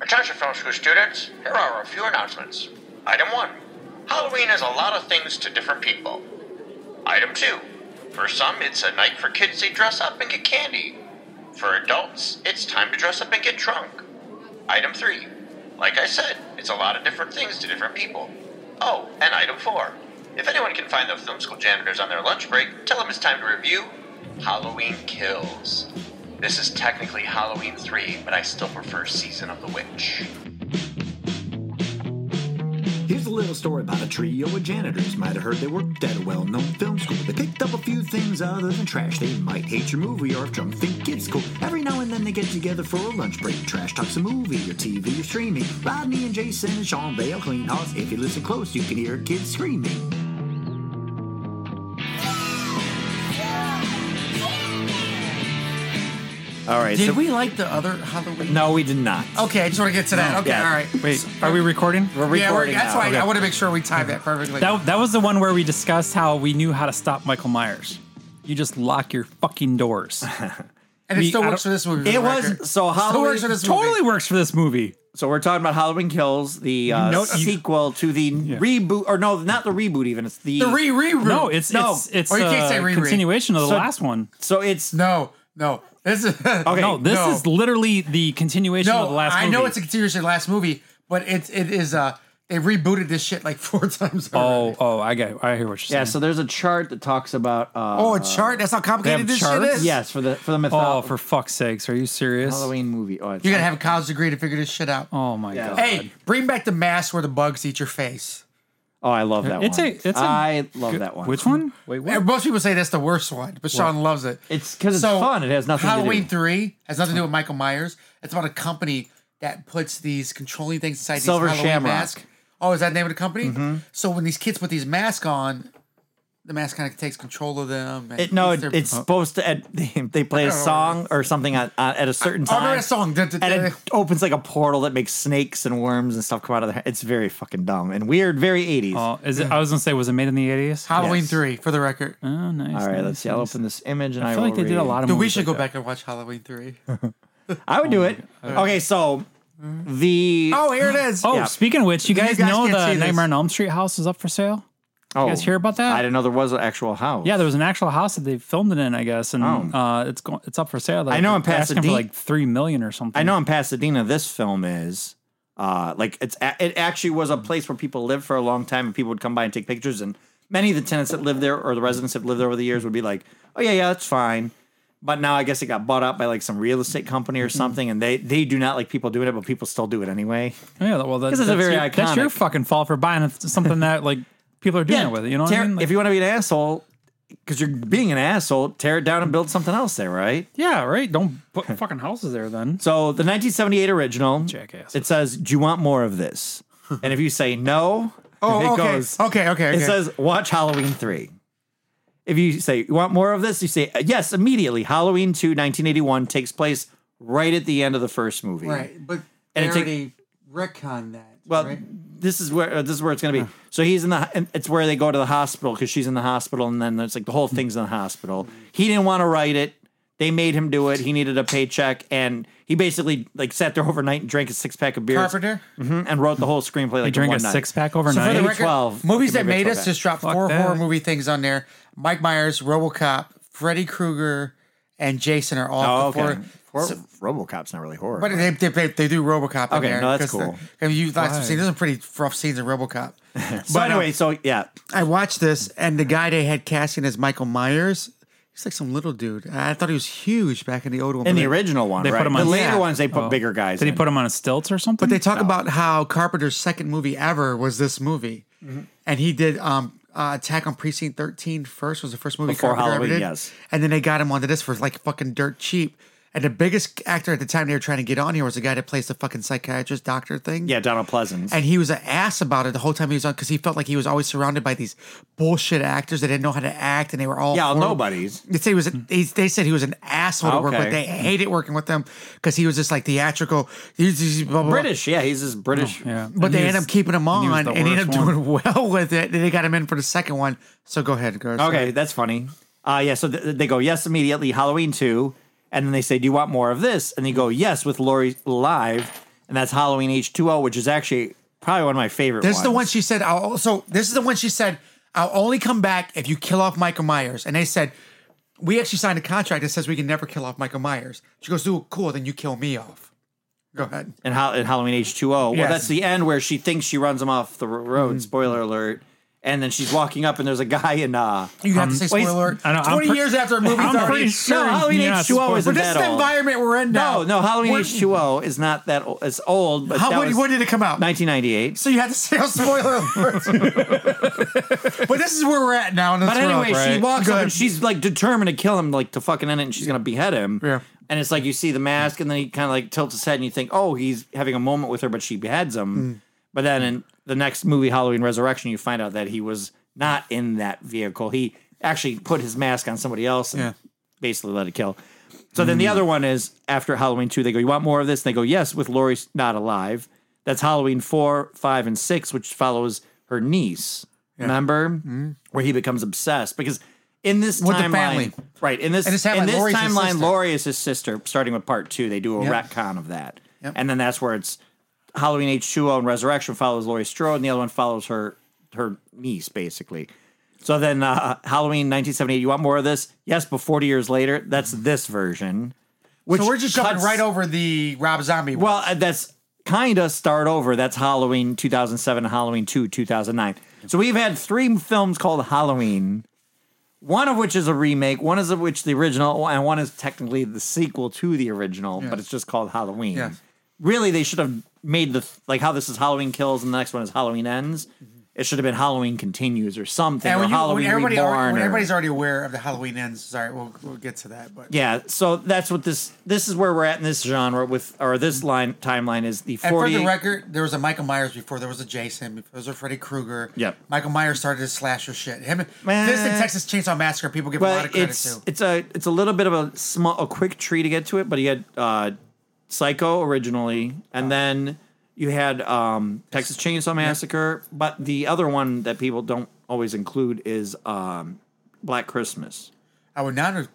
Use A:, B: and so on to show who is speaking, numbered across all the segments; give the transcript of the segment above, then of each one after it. A: Attention, film school students, here are a few announcements. Item 1 Halloween is a lot of things to different people. Item 2 For some, it's a night for kids to dress up and get candy. For adults, it's time to dress up and get drunk. Item 3 Like I said, it's a lot of different things to different people. Oh, and item 4 If anyone can find the film school janitors on their lunch break, tell them it's time to review Halloween Kills. This is technically Halloween 3, but I still prefer Season of the Witch.
B: Here's a little story about a trio of janitors. Might have heard they worked at a well known film school. They picked up a few things other than trash. They might hate your movie or if drunk think it's cool. Every now and then they get together for a lunch break. Trash talks a movie or TV or streaming. Rodney and Jason and Sean Bale clean house. If you listen close, you can hear kids screaming.
C: All right.
D: Did
C: so,
D: we Oh, like the other Halloween?
B: No, we did not.
D: Okay, I just want to get to that. Okay,
B: yeah.
D: all right.
E: Wait, are we recording?
B: We're
D: yeah, we're,
B: recording
D: that's
B: now.
D: why
B: Okay.
D: I want to make sure we time that perfectly.
E: That, that was the one where we discussed how we knew how to stop Michael Myers. You just lock your fucking doors.
D: and it
E: we-
D: still
E: I
D: works
E: don't-
D: for this movie. for
B: It
D: the
B: was-
D: record.
B: so
D: Still
B: Halloween
D: works for this movie.
E: totally works for this movie.
C: so we're talking about Halloween Kills, the uh,
E: know-
C: sequel to the reboot, or no, not the reboot. Even it's the,
D: The re reboot.
E: No, it's
C: No.
E: it's it's
D: Or you can't
E: a
D: say reread.
E: continuation of the
C: So-
E: last one.
C: So it's
D: no, no. This is
C: Okay.
E: No, this
D: no.
E: is literally the continuation
D: no.
E: of the last.
D: I
E: movie.
D: know it's a continuation of the last movie, but it's it is uh they rebooted this shit like four times.
E: Oh,
D: already.
E: oh, I get. It. I hear what you're
C: yeah.
E: saying.
C: So there's a chart that talks about uh,
D: oh, a chart. That's how complicated
E: They
D: this
E: have charts?
D: shit is.
C: yes for the for the mythology.
E: oh, for fuck's sakes, are you serious?
C: Halloween movie. Oh, it's
D: you're gonna have a college degree to figure this shit out.
E: Oh my
C: Yeah.
E: god.
D: hey, bring back the mask where the bugs eat your face.
C: Oh, I love that
E: It's
C: one.
E: a- it's a
C: I love
E: Good-
C: that one.
E: Which one? Wait,
D: And Most people say that's the worst one, but Sean loves it.
C: It's because it's fun. It has nothing
D: Halloween
C: to do.
D: three has nothing to do with Michael Myers. It's about a company that puts these controlling things inside
C: Silver
D: these Halloween
C: Shamrock. Mm-hmm.
D: masks. Oh, is that the name of the company? So when these kids put these masks on, the mask kind of takes control of them. And
C: It, no,
D: eats
C: it,
D: their-
E: Oh.
C: it's supposed to. At, they, they play a
D: don't know.
C: song or something at, uh, at a certain
D: I
C: time.
D: remember that song. Dun, dun,
C: And
D: dun.
C: it opens like a portal that makes snakes and worms and stuff come out of the. It's very fucking dumb and weird. Very eighties.
E: Oh, is it? I was gonna say, was it made in the 80s?
D: Halloween
C: yes.
D: three for the record.
E: Oh, nice.
C: All right,
E: nice,
C: let's see. I'll
E: nice.
C: open this image and I,
E: I feel like
C: will
E: they did a
C: read.
E: lot of.
D: Dude, we
E: movies
D: should
E: like
D: go
E: that.
D: back and watch Halloween three.
C: I would do it. Okay, so the
D: oh, here it is.
E: Oh,
C: Yeah.
E: speaking of which, you
D: You
E: guys,
D: guys
E: know
D: can't see
E: the
D: this.
E: Nightmare on Elm Street house is up for sale.
C: oh,
E: guys hear about that?
C: I didn't know there was an actual house.
E: Yeah, there was an actual house that they filmed it in, I guess, and
C: Oh.
E: uh, it's going, it's up for sale. Like,
C: I know in
E: they're asking for
C: Pasadena-
E: like three million or something.
C: I know in Pasadena, this film is uh, like it's a- it actually was a place where people lived for a long time, and people would come by and take pictures. And many of the tenants that lived there or the residents that lived there over the years would be like, "Oh yeah, yeah, that's fine." But now I guess it got bought out by like some real estate company or
E: Mm-hmm.
C: something, and they they do not like people doing it, but people still do it anyway.
E: Yeah, well, that,
C: This is a
E: that's
C: very
E: your, That's your
C: iconic-
E: fucking fault for buying something that like people are doing it with. You know what
C: tear-
E: I mean? Like,
C: if you want to be an asshole, because you're being an asshole, tear it down and build something else there, right?
E: yeah, right. Don't put fucking houses there then.
C: So the 1978 original,
E: Jackass.
C: it says, "Do you want more of this?" and if you say no,
D: Oh,
C: it
D: okay.
C: goes.
D: okay, okay, okay.
C: It says, "Watch Halloween 3." If you say, "You want more of this?" you say, "Yes, immediately." Halloween 2 1981 takes place right at the end of the first movie.
D: right, but
C: And
D: they
C: it take-
D: already retcon that.
C: Well,
D: right?
C: this is where uh, this is where it's going to be. So he's in the and it's where they go to the hospital cuz she's in the hospital and then it's like the whole
D: Hmm.
C: thing's in the hospital. He didn't want to write it. They made him do it. He needed a paycheck and he basically like sat there overnight and drank a six-pack of beer.
D: Carpenter.
C: Mhm, and wrote the whole screenplay like
E: You drink
C: in one
E: a
C: night.
E: six pack
D: So for
E: overnight.
D: the record,
C: 12.
D: movies
C: Okay,
D: that
C: maybe
D: made
C: 12
D: us
C: back.
D: just dropped four
E: that.
D: horror movie things on there. Mike Myers, RoboCop, Freddy Krueger, and Jason are all
C: Oh,
D: the four.
C: okay. Hor- RoboCop's not really horror.
D: But they, they, they, they do RoboCop. in
C: Okay,
D: there
C: no, that's
D: 'cause the-
C: cool.
D: and you like some scenes. There's some pretty rough scenes in RoboCop.
C: so
D: but, uh,
C: anyway, so yeah,
D: I watched this, and the guy they had casting as Michael Myers, he's like some little dude. I thought he was huge back in the old one.
C: in
D: but
C: the
D: they-
C: original one,
E: They put
C: right?
E: him
C: the
E: on- Oh.
C: later
D: Yeah.
C: ones they put bigger guys.
E: Did he
C: in.
E: put him on a stilts or something?
D: But they talk about how Carpenter's second movie ever was this movie,
C: Mm-hmm.
D: and he did um, uh, Attack on Precinct 13 first was the first movie
C: Before
D: Carpenter
C: Halloween,
D: ever did.
C: yes.
D: And then they got him onto this for like fucking dirt cheap. And the biggest actor at the time they were trying to get on here was the guy that plays the fucking psychiatrist doctor thing.
C: Yeah, Donald Pleasance.
D: And he was an ass about it the whole time he was on because he felt like he was always surrounded by these bullshit actors that didn't know how to act and they were all
C: yeah,
D: horrible.
C: nobody's.
D: They say he was. A, they, they said he was an asshole to work
C: Okay.
D: with. They hated working with him because he was just like theatrical. He was just blah, blah, blah.
C: British, yeah, he's this British.
E: Oh, Yeah,
D: But
E: And
D: they
E: he
D: end
E: was-
D: up keeping him
E: he was
D: on
E: the
D: and he ended up
E: worst one.
D: doing well with it. Then they got him in for the second one. So go ahead, go.
C: Okay, that's funny. Uh, yeah, so th- they go, yes, immediately, Halloween 2. And then they say, do you want more of this? And they go, yes, with Lori live. and that's Halloween H2O, which is actually probably one of my favorite.
D: This is the one
C: ones.
D: she said. I'll, so this is the one she said. I'll only come back if you kill off Michael Myers. And they said, we actually signed a contract that says we can never kill off Michael Myers. She goes, "Ooh, cool. Then you kill me off." Go ahead.
C: in, Hal- in Halloween H two O. Well,
D: Yes. Mm.
C: that's the end where she thinks she runs him off the r- road. Spoiler alert! And then she's walking up, and there's a guy in uh,
D: You have to say
C: wait,
D: spoiler. alert.
E: Um, I know, I'm
D: Twenty
E: pre-
D: years after a movie's
E: I'm
D: already.
E: pretty sure.
C: Halloween
E: you're not
C: H2O
E: supposed-
D: But
C: isn't
D: this
C: that
D: is the
C: old.
D: environment we're in now.
C: no, no, Halloween
D: We're-
C: H two O is not that old. It's old, but
D: How,
C: that
D: when,
C: was
D: when did it come out?
C: 1998.
D: So you had to say a spoiler alert. but this is where we're at now. In this
C: But
D: world,
C: anyway,
D: right?
C: she walks
D: Go
C: up
D: ahead.
C: and she's like determined to kill him, like to fucking end it, and she's gonna behead him.
D: Yeah.
C: And it's like you see the mask, and then he kind of like tilts his head, and you think, oh, he's having a moment with her, but she beheads him.
D: Mm.
C: But then in the next movie, Halloween Resurrection, you find out that he was not in that vehicle. He actually put his mask on somebody else and
D: Yeah. Mm.
C: basically let it kill. So then the other one is after Halloween 2, they go, You want more of this? And they go, Yes, with Lori's not alive. That's Halloween 4, 5, and 6, which follows her niece. Remember? Where he becomes obsessed because in this
D: Mm. With the
C: timeline.
D: family.
C: Right. In this,
D: And this timeline,
C: in this
D: Laurie's his
C: timeline,
D: sister.
C: Lori is his sister, starting with part two. They do a
D: Yep.
C: retcon of that.
D: Yep.
C: And then that's where it's Halloween H2O and Resurrection follows Laurie Strode, and the other one follows her her niece, basically. So then uh, Halloween 1978, you want more of this? Yes, but 40 years later, that's this version. Which
D: so we're just jumping
C: cuts-
D: right over the Rob Zombie. one.
C: Well, uh, that's kind of start over. That's Halloween 2007 and Halloween 2, 2009. So we've had three films called Halloween, one of which is a remake, one is of which the original, and one is technically the sequel to the original, but
D: Yes.
C: it's just called Halloween.
D: Yes.
C: Really, they should have made the, like how this is Halloween Kills and the next one is Halloween Ends. It should have been Halloween Continues or something,
D: and
C: or
D: when, you,
C: Halloween
D: when, everybody
C: Reborn.
D: already, when
C: or-
D: everybody's already aware of the Halloween ends, sorry, we'll, we'll get to that. But
C: yeah, so that's what this this is where we're at in this genre with or this line timeline is the
D: and for
C: forty
D: the record, there was a Michael Myers before there was a Jason, before there was a Freddy Krueger.
C: Yep.
D: Michael Myers started his slasher shit. Him, this and Texas Chainsaw Massacre, people give a lot
C: Well,
D: of credit
C: it's
D: to.
C: it's a it's a little bit of a small a quick tree to get to it, but you had uh, Psycho originally,
D: Oh.
C: and then you had um, Texas Chainsaw Massacre. But the other one that people don't always include is um, Black Christmas.
D: I would not have.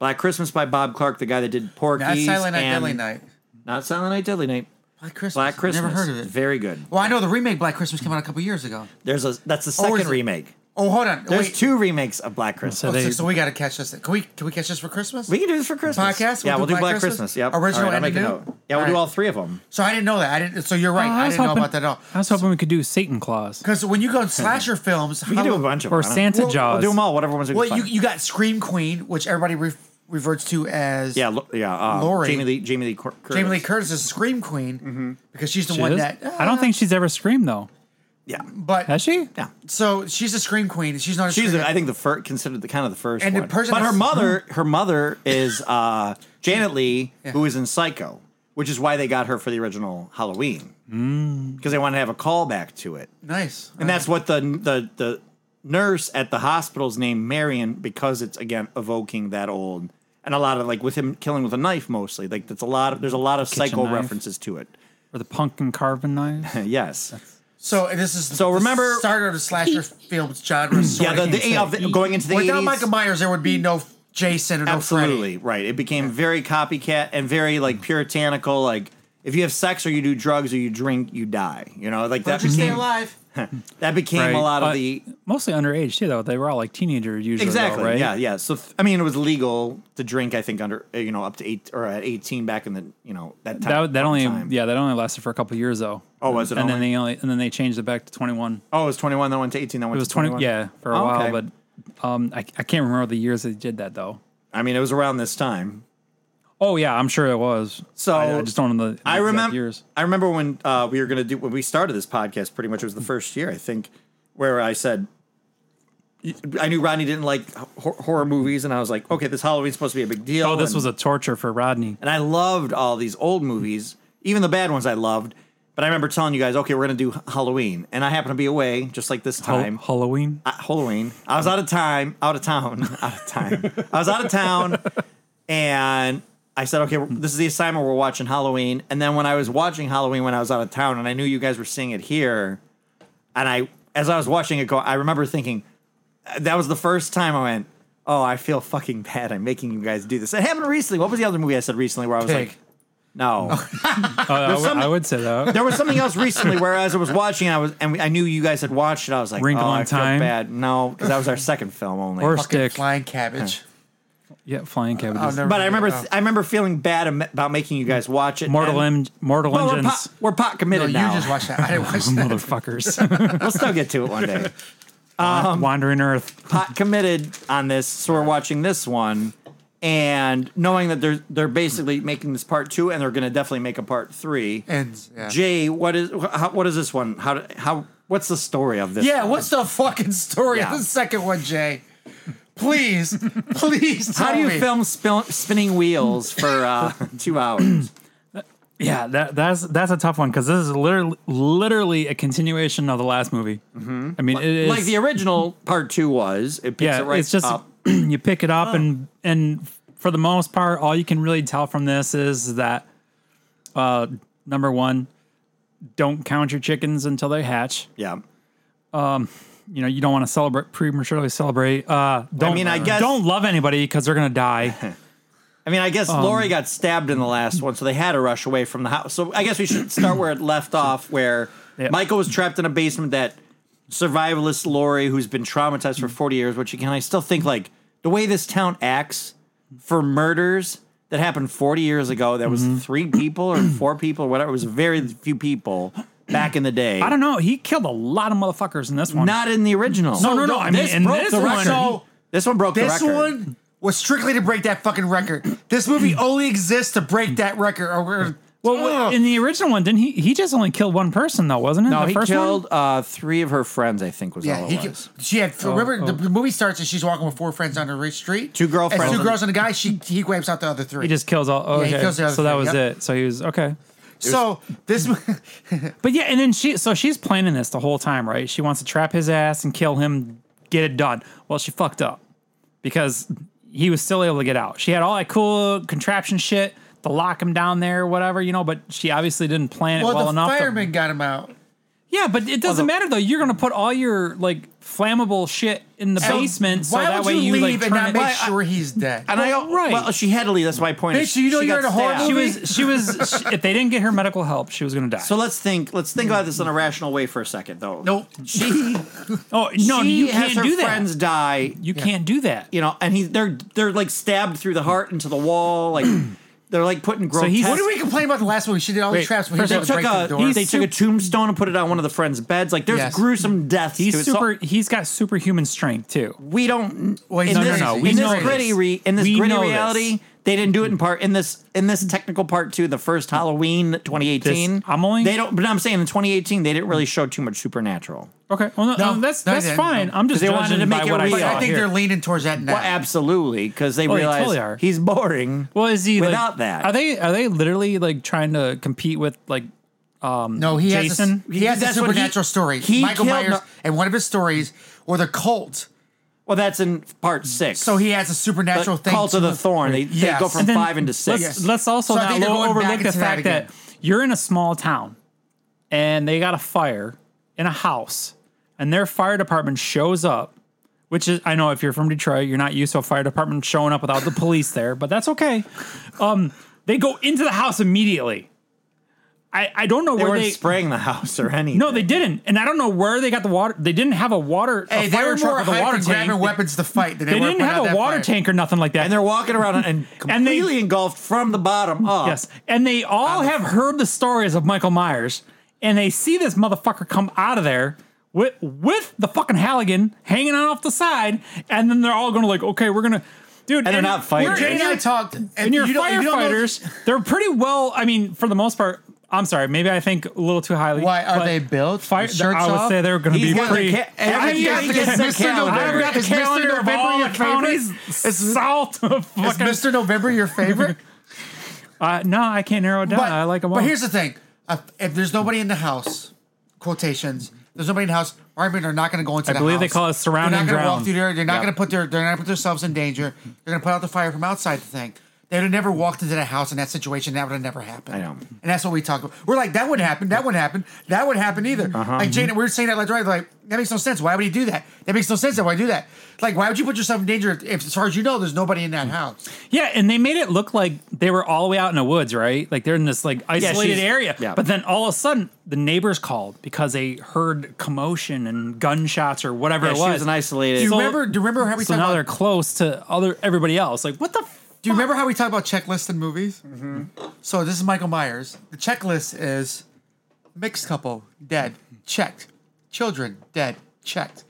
C: Black Christmas by Bob Clark, the guy that did Porky's.
D: Not Silent Night,
C: and-
D: Deadly Night.
C: Not Silent Night, Deadly Night.
D: Black Christmas.
C: Black Christmas.
D: Never heard of it.
C: Very good.
D: well, I know the remake Black Christmas came out a couple years ago.
C: There's a that's the
D: Or is
C: second
D: it-
C: remake.
D: Oh, hold on.
C: There's
D: Wait.
C: two remakes of Black Christmas.
D: Oh, so, so we got to catch this. Can we can we catch this for Christmas?
C: We can do this for Christmas.
D: Podcast?
C: yeah, we'll do Black Christmas. Yep.
D: Original
C: All right, I'll
D: and
C: make a
D: new?
C: note. Yeah,
D: All
C: we'll do
D: right.
C: all three of them.
D: so I didn't know that. I didn't. So you're right.
E: Oh,
D: I,
E: was
D: didn't know
E: hoping-
D: about that at all.
E: I was hoping we could do Satan Claus
D: Because when you go in slasher films,
C: We can do a
D: Hallow-
C: bunch of
E: or
C: them.
E: Santa
C: We'll-
E: Jaws.
C: We'll do them all. Whatever ones are
D: Well,
C: fun.
D: you, you got Scream Queen, which everybody re- reverts to as
C: yeah, lo- yeah. Um,
D: Lori.
C: Jamie Lee. Jamie Lee. Cur- Curtis. Mm-hmm.
D: Jamie Lee Curtis is Scream Queen because she's the
E: She
D: one
E: is?
D: that Ah.
E: I don't think she's ever screamed though.
C: Yeah,
D: But
E: Has she?
C: yeah.
D: so she's a Scream Queen. She's not. A
C: She's,
D: Scream-
C: I think, the first considered the kind of the first
D: And the
C: one.
D: person
C: but her
D: that's-
C: mother, her mother is uh, Janet Lee, who is in Psycho, which is why they got her for the original Halloween
D: Mm.
C: because they wanted to have a callback to it,
D: nice.
C: and that's what the the the nurse at the hospital's named Marion because it's again evoking that old and a lot of like with him killing with a knife mostly like that's a lot of there's a lot of Psycho
E: knife.
C: references to it.
E: Or the pumpkin carving knives?
C: Yes.
D: so and this is
C: So
D: the
C: remember-
D: starter of the slasher films genre. sort
C: Yeah,
D: of.
C: the, the,
E: can't
C: of
E: say
C: the- going into the
D: without
C: 80s,
D: Michael Myers, there would be no Jason or no Freddy.
C: absolutely right. It became very copycat and very like puritanical. Like if you have sex or you do drugs or you drink, you die. You know, like
D: But if
C: that
D: you stay
C: became
D: alive.
C: that became
E: Right.
C: a lot of
E: But
C: the
E: mostly underage too, though. They were all like teenagers usually, though,
C: exactly
E: right?
C: yeah yeah. So th- I mean, it was legal to drink. I think under uh, you know up to eight or at eighteen back in the you know that time.
E: That that only
C: time.
E: yeah that only lasted for a couple years though.
C: Oh, was it
E: And then
C: only?
E: they only and then they changed it back to twenty one.
C: Oh, it was twenty one. Then went to eighteen. Then went
E: It was
C: to
E: twenty
C: 21?
E: yeah for a
C: Oh,
E: while,
C: okay.
E: but um I, I can't remember the years they did that though.
C: I mean, it was around this time.
E: Oh yeah, I'm sure it was.
C: So-
E: I, I just don't know the, the
C: I
E: exact
C: remember.
E: years.
C: I remember when uh, we were going to do when we started this podcast. Pretty much, it was the first year I think where I said I knew Rodney didn't like hor- horror movies, and I was like, okay, this Halloween's supposed to be a big deal.
E: Oh, this
C: and,
E: was a torture for Rodney.
C: and I loved all these old movies, even the bad ones I loved. But I remember telling you guys, okay, we're going to do Halloween, and I happened to be away, just like this
E: Hal-
C: time.
E: Halloween.
C: Uh, Halloween. I was out of time, out of town, out of time. I was out of town, and I said, "Okay, this is the assignment. We're watching Halloween." And then when I was watching Halloween when I was out of town, and I knew you guys were seeing it here, and I, as I was watching it go, I remember thinking, uh, that was the first time I went, "Oh, I feel fucking bad. I'm making you guys do this." It happened recently. What was the other movie I said recently where I was
D: Pig.
C: like, No.
E: Oh, I, would,
C: some-
E: I would say that.
C: there was something else recently where as I was watching, I was and we, I knew you guys had watched it. I was like,
E: Wrinkle
C: oh,
E: in
C: I feel
E: Time?
C: bad. No, because that was our second film only.
E: Or
D: Fucking
E: stick.
D: flying cabbage.
E: Yeah, flying cabbages.
D: I'll never
C: but I
D: forget-
C: remember,
D: oh.
C: I remember feling bad am- about making you guys watch it.
E: Mortal,
C: and-
E: en- Mortal
C: Well, we're
E: Engines.
C: pot, we're pot
D: No,
C: committed
D: you
C: now.
D: just watched that. I didn't watch that.
E: Motherfuckers.
C: we'll still get to it one day. Um,
E: Wandering Earth.
C: pot committed on this, so we're watching this one, and knowing that they're they're basically making this part two, and they're going to definitely make a part three.
D: And yeah.
C: Jay, what is wh- how, what is this one? How do- how what's the story of this?
D: yeah, what's the fucking story
C: Yeah.
D: of the second one, Jay? Please, please. Tell
C: How do you
D: me.
C: film spin, spinning wheels for uh, two hours?
E: Yeah, that, that's that's a tough one because this is literally literally a continuation of the last movie. Mm-hmm. I mean, it is
C: like the original part two was. It picks
E: yeah.
C: it right
E: it's just
C: up. Oh.
E: you pick it up and and for the most part, all you can really tell from this is that uh, number one, don't count your chickens until they hatch.
C: Yeah.
E: You know, you don't want to celebrate prematurely. Celebrate. Uh, don't,
C: mean, I guess-
E: don't love anybody because they're gonna die.
C: I mean, I guess Lori got stabbed in the last one, so they had to rush away from the house. So I guess we should start where it left off, where
E: Yeah.
C: Michael was trapped in a basement that survivalist Lori, who's been traumatized for 40 years, which again, I still think like the way this town acts for murders that happened 40 years ago, there was three people or four people or whatever, it was very few people back in the day.
E: I don't know. He killed a lot of motherfuckers in this one.
C: Not in the original.
E: No, no, no, I mean, in this one-
D: So-
C: this one broke
D: This
C: the record.
D: one was strictly to break that fucking record. This movie only exists to break that record. Or we're-
E: well,
D: Ugh.
E: in the original one, didn't he? He just only killed one person though, wasn't it?
C: no,
E: the
C: he
E: first
C: killed uh, three of her friends. I think was all
D: yeah,
C: it
D: he,
C: was.
D: ki- she had.
E: Oh,
D: remember, the movie starts and she's walking with four friends on the street.
C: Two girlfriends.
D: And two girls and a guy. She he wipes out the other three.
E: He just kills all.
D: Yeah,
E: Okay.
D: he kills the other
E: so that
D: three,
E: was
D: yep.
E: it. So he was okay.
D: so this.
E: But yeah, and then she. So she's planning this the whole time, right? She wants to trap his ass and kill him, get it done. Well, she fucked up because he was still able to get out. She had all that cool contraption shit to lock him down there, whatever you know. But she obviously didn't plan it
D: well,
E: well,
D: the
E: enough. to-
D: fireman got him out.
E: yeah, but it doesn't matter though. You're gonna put all your like flammable shit in the
D: So
E: basement, so
D: why
E: that
D: would
E: way you,
D: leave
E: like
D: and
E: turn
D: not
E: it-
D: make sure he's dead?
C: And I
E: Well,
C: don't,
E: right.
C: Well, she had to leave. That's my point. is
D: Oh, Bitch, you know
C: she
D: you're in
C: got
D: a horror
C: stabbed.
E: she
D: movie?
E: was she was she, if they didn't get her medical help she was gonna die
C: So let's think. Let's think about this in a rational way for a second, though.
D: Nope.
C: She,
E: oh no
C: she
E: you
C: has
E: can't
C: her
E: do that
C: friends die.
E: you can't do that
C: You know, and he they're they're like stabbed through the heart into the wall. Like they're like putting grotesque.
E: he's-
D: What did we complain about the last movie? She did all the
E: Wait,
D: traps when he
E: first uh,
D: did
E: of
D: to
C: took
D: break
C: a,
D: the door.
C: they took a tombstone and put it on one of the friends' beds. Like there's
D: Yes.
C: gruesome deaths. to
E: he's
C: it. So
E: super he's got superhuman strength too
C: we don't.
D: Well, he's
C: in
D: not
C: this,
D: crazy.
C: in
D: We
C: this
D: know this.
C: gritty re, in this
E: We
C: gritty
E: know this.
C: reality, they didn't do it in part in this in this technical part two, the first Halloween 2018.
E: This- I'm only-
C: they don't. But I'm saying in 2018 they didn't really show too much supernatural.
E: okay well no,
D: No,
E: um, that's
D: no,
E: that's
D: yeah,
E: fine
D: no.
E: i'm just
C: They
E: judging
C: wanted to make
E: by
C: it
E: what
C: real.
E: i
D: But
E: saw
D: I think
E: here.
D: they're leaning towards that now.
C: Well, absolutely, because they
E: they
C: realize
E: totally are.
C: he's boring.
E: well is he like-
C: without that.
E: are they are they literally like trying to compete with like um,
D: No, he
E: Jason?
D: has a, he has a
C: That's what he-
D: supernatural story.
C: he
D: Michael
C: killed-
D: Myers and one of his stories, or the cult.
C: Well, that's in part six.
D: So he has a
C: the
D: supernatural thing.
C: Cult
D: to
C: of the Thorn. They,
D: Yes.
C: they go from
D: And
E: then
C: five into 6
E: let's, let's also
D: So I
E: not
D: think they're
E: lo-
D: going back
E: overlook the
D: into that
E: fact that,
D: again.
E: you're in a small town and they got a fire in a house and their fire department shows up which is i know if you're from detroit you're not used to a fire department showing up without the police there but that's okay um, they go into the house immediately i, I don't know
C: they
E: where
C: weren't
E: they
C: spraying the house or anything.
E: no they didn't and i don't know where they got the water they didn't have a water a
D: Hey, they
E: fire
D: were more
E: truck with a
D: hyped
E: water
D: and grabbing
E: tank
D: weapons to fight than they,
E: they
D: were
E: didn't
D: putting
E: have
D: out
E: a
D: that
E: water
D: fire.
E: tank or nothing like that
C: and they're walking around and
E: And they-
C: completely engulfed from the bottom up.
E: Yes. And they all have heard the stories of Michael Myers and they see this motherfucker come out of there with with the fucking Halligan hanging out off the side and then they're all going to like, "Okay, we're going to Dude,
C: they're not fighters.
E: we're-
D: Jay and I talked, and,
E: and your
D: you don't- you don't know-
E: firefighters, they're pretty well. I mean, for the most part, I'm sorry, maybe I think a little too highly.
D: Why are
E: but
D: they built?
E: Fire,
D: With shirts
E: I would
D: off?
E: say they're going to be
C: He's got the
E: pretty.
C: ca-
D: Every
C: Every
D: year
C: guy
D: he
C: gets
D: gets
C: the
D: Mr.
C: calendar.
E: I've
D: November.
E: got the
D: Is Mr.
E: calendar of
D: November
E: all
D: your
E: the
D: favorite?
E: counties south of
D: Is
E: fucking.
D: Mr. November your favorite?
E: Uh, no, I can't narrow it down.
D: but,
E: I like them all.
D: But here's the thing: Uh, if there's nobody in the house, quotations. There's nobody in the house. Firemen are not going to go into
E: I
D: the
E: believe
D: house.
E: they call it surround
D: They're not
E: and
D: gonna
E: drown.
D: walk through there. They're not
E: Yep.
D: going to put their. They're not gonna put themselves in danger. They're going to put out the fire from outside the thing. They'd have never walked into the house in that situation. That would have never happened.
C: I know.
D: And that's what we talk about. We're like, that wouldn't happen. That wouldn't happen. That wouldn't happen either.
C: Uh-huh.
D: Like Janet, we were saying that left right. Like that makes no sense. Why would he do that? That makes no sense. Why do that? Like why would you put yourself in danger if, if as far as you know, there's nobody in that house?
E: Yeah, and they made it look like they were all the way out in the woods, right? Like they're in this like isolated
C: she's-
E: area.
C: yeah.
E: But then all of a sudden, the neighbors called because they heard commotion and gunshots or whatever
C: Yeah,
E: it
C: she
E: was.
C: was an isolated-
D: Do you
E: So-
D: remember? Do you remember how we
E: So
D: talked
E: now
D: about?
E: they're close to other everybody else. Like what the? F-
D: Do you remember how we talked about checklists in movies? So this is Michael Myers. The checklist is mixed couple dead checked, children dead checked,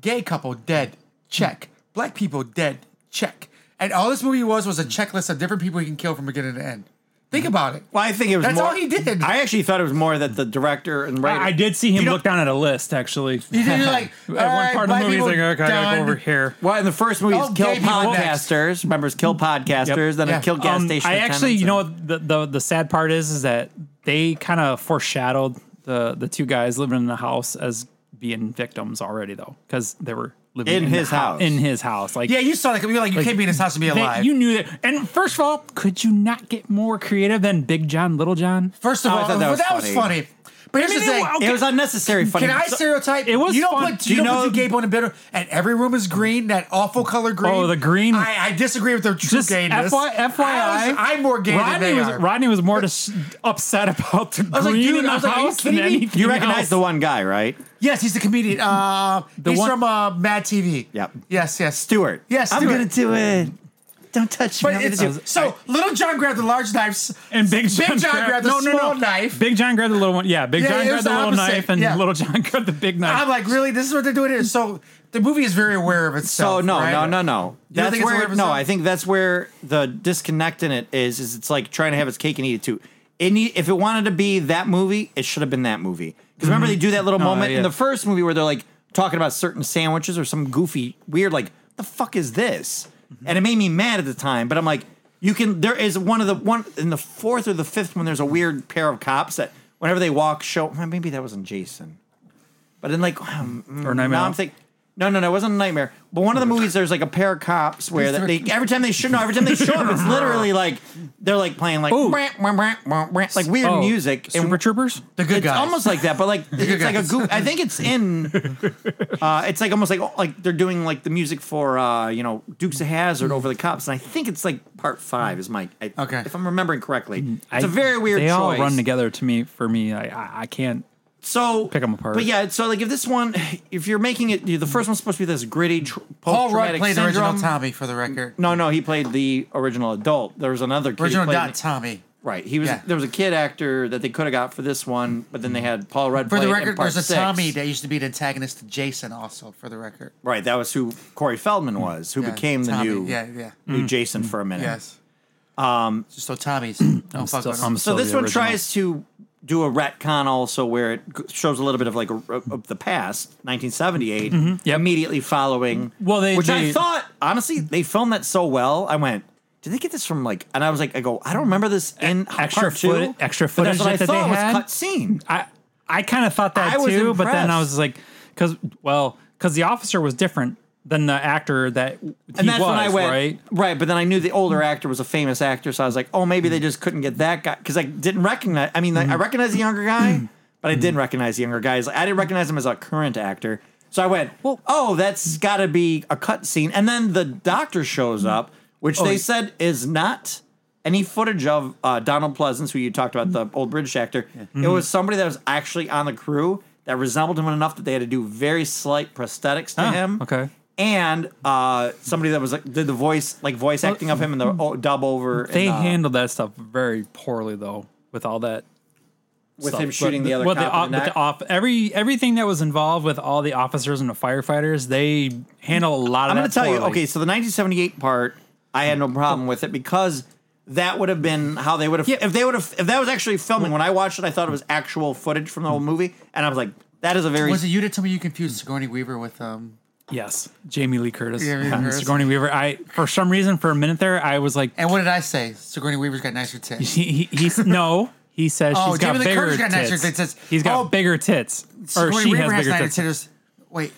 D: gay couple dead check, black people dead check, and all this movie was was a checklist of different people he can kill from beginning to end. Think about it.
C: Well, I think it was
D: That's
C: more.
D: all he did.
C: I actually thought it was more that the director and writer.
E: I did see him
C: You know-
E: look down at a list actually.
D: He did like
E: At
D: all
E: one
D: right,
E: part of the
D: black
E: movie, he's
D: people
E: like, okay, I gotta
D: done.
E: go over here.
C: Well, in the first movie, it's
D: Oh,
C: kill
D: gay people next.
C: podcasters. Remember, it's kill podcasters. Then
D: Yeah.
C: it kill gas
E: Um,
C: station.
E: I actually, you know,
C: attendants
E: what the, the the sad part is, is that they kind of foreshadowed the the two guys living in the house as being victims already, though, because they were living
C: In
E: the
C: his
E: hou-
C: house.
E: In his house, like
D: Yeah, you saw that. You were like, you can't be in his house and be
E: they-
D: alive.
E: you knew that. And first of all, could you not get more creative than Big John, Little John?
D: First of
C: Oh, I
D: all,
C: thought that
D: well,
C: was
D: that was
C: funny.
D: funny. But here's
E: I mean,
D: the
E: it
D: thing.
E: wa-
C: and- it was unnecessary. Funny.
D: Can I
C: So-
D: stereotype?
E: It was
D: You don't
E: fun.
D: put
E: Do
D: you,
C: you
D: don't
C: know-
D: put your gay bone in bitter, and every room is green. That awful color green.
E: Oh, the green-
D: I, I disagree with the true
E: Just
D: gayness.
E: FY,
D: I
E: FYI,
D: was, I'm more gay
E: Rodney
D: than they
E: was,
D: are.
E: Rodney was more dis- upset about the
D: was like,
E: green
D: dude,
E: in the
D: I was like, are you
E: house than
D: kidding me?
E: anything
C: you recognize
E: else.
C: the one guy, right?
D: Yes, he's the comedian. Uh, he's
E: one-
D: from uh, Mad TV.
C: Yep.
D: Yes, yes.
C: Stewart.
D: Yes,
C: I'm
D: Stewart.
C: gonna do it. Don't touch me.
D: But
C: I'm gonna
D: it's,
C: do it.
D: so little John grabbed the large knife,
E: And Big John,
D: Big John grabbed the
E: no, no, no.
D: small knife.
E: Big John grabbed the little one. Yeah, Big
D: Yeah,
E: John
D: it
E: grabbed
D: was
E: the
D: the
E: little
D: opposite,
E: knife, and
D: yeah.
E: Little John grabbed the big knife.
D: I'm like, really? This is what they're doing here. So the movie is very aware of
C: So
D: itself.
C: no,
D: right?
C: no, no, no.
D: don't
C: That's
D: think it's
C: where
D: 11%?
C: no. I think that's where the disconnect in it is. Is it's like trying to have its cake and eat it too. It need, if it wanted to be that movie, it should have been that movie. Because remember they do that little moment
E: yeah.
C: in the first movie where they're like talking about certain sandwiches or some goofy weird like the fuck is this? And it made me mad at the time, but I'm like, you can. There is one of the one in the fourth or the fifth when there's a weird pair of cops that whenever they walk show. well, Maybe that wasn't Jason, but then like um,
E: Or Nightmare
C: Now
E: on-
C: I'm thinking. No, no, no, it wasn't a nightmare. But one of the movies, there's like a pair of cops where that they every time they show no, every time they show up, it's literally like they're like playing like wah, wah, wah, wah, wah, like weird
E: Oh,
C: music.
E: Super Troopers.
D: The good
C: it's
D: guys.
C: almost like that, but like
D: good
C: it's like a
D: guys.
C: goof. I think it's in. Uh, it's like almost like like they're doing like the music for uh, you know Dukes of Hazard over the cops, and I think it's like part five is my I,
D: Okay. Mm,
C: if I'm remembering correctly. It's
E: a
C: a very weird.
E: They
C: choice.
E: all run together to me. For me, I I, I can't.
C: So
E: Pick 'em apart.
C: But yeah, so like if this one, if you're making it, the first one's supposed to be this gritty. Tr-
D: Paul Rudd
C: post-traumatic
D: played the
C: syndrome.
D: original Tommy for the record.
C: No, no, he played the original adult. There was another kid who
D: original
C: played-
D: dot Tommy.
C: Right, he was.
D: Yeah.
C: There was a kid actor that they could have got for this one, but then they had Paul Rudd.
D: For
C: play
D: the
C: it in
D: record,
C: part
D: there's a
C: six.
D: Tommy that used to be an antagonist to Jason, also, for the record.
C: Right, that was who Corey Feldman was, who
D: Yeah,
C: became the
D: Tommy.
C: new
D: Yeah, yeah.
C: new Jason for a minute.
D: Yes. Um, so Tommy's.
C: Oh,
D: Don't fuck
E: still-
D: with
E: I'm
D: him.
C: So
E: still
C: this
E: the
C: one
E: original.
C: tries to do a retcon also, where it g- shows a little bit of like a, of the past, 1978,
E: Mm-hmm. Yep.
C: immediately following.
E: Well, they-
C: which
E: they-
C: I thought honestly they filmed that so well. I went. Did they get this from like? And I was like, I go, I don't remember this in
E: E, extra
C: part two.
E: foot- extra
C: But
E: footage
C: That's what I
E: that they
C: thought was
E: had?
C: cut scene.
E: I I kind of thought that
C: I was
E: too, but then
C: impressed.
E: I was like, because well, because the officer was different than the actor that he
C: and that's
E: was,
C: when I went
E: right?
C: But then I knew the older actor was a famous actor, so I was like, oh, maybe they just couldn't get that guy because I didn't recognize. I mean, like,
E: Mm-hmm.
C: I recognize the younger guy, but I didn't recognize the younger guy. It's like, I didn't recognize him as a current actor, so I went, well, oh, that's got to be a cut scene. And then the doctor shows up, which they
E: yeah.
C: said is not. Any footage of uh, Donald Pleasance, who you talked about,
E: Mm-hmm.
C: the old British actor, it was somebody that was actually on the crew that resembled him enough that they had to do very slight prosthetics to
E: Ah,
C: him
E: okay.
C: and uh, somebody that was like did the voice like voice acting of him in the oh, dub over
E: They
C: and, uh,
E: handled that stuff very poorly though, with all that
C: with
E: stuff.
C: him
E: But
C: shooting the other
E: well,
C: cop
E: the,
C: in the
E: but
C: neck.
E: the off every everything that was involved with all the officers and the firefighters, they handle a lot
C: I'm
E: of. going
C: gonna
E: to
C: tell you. Okay, so the 1978 part, I had no problem with it because that would have been how they would have if they would have if that was actually filming. When I watched it, I thought it was actual footage from the whole movie, and I was like, that is a very
D: Was it you that told me you confused Sigourney Weaver with um?
E: Yes, Jamie Lee Curtis,
D: Jamie Lee
E: and
D: Curtis.
E: Sigourney Weaver. I for some reason for a minute there, I was like,
D: And what did I say? Sigourney Weaver's got nicer tits.
E: he, he, he's no. He says
D: Oh,
E: she's got
D: Jamie Lee
E: bigger
D: Curtis got nicer
E: tits.
D: tits.
E: He's got
D: Oh,
E: bigger tits, or
D: Sigourney
E: she
D: Weaver
E: has bigger
D: nicer
E: tits.
D: Wait,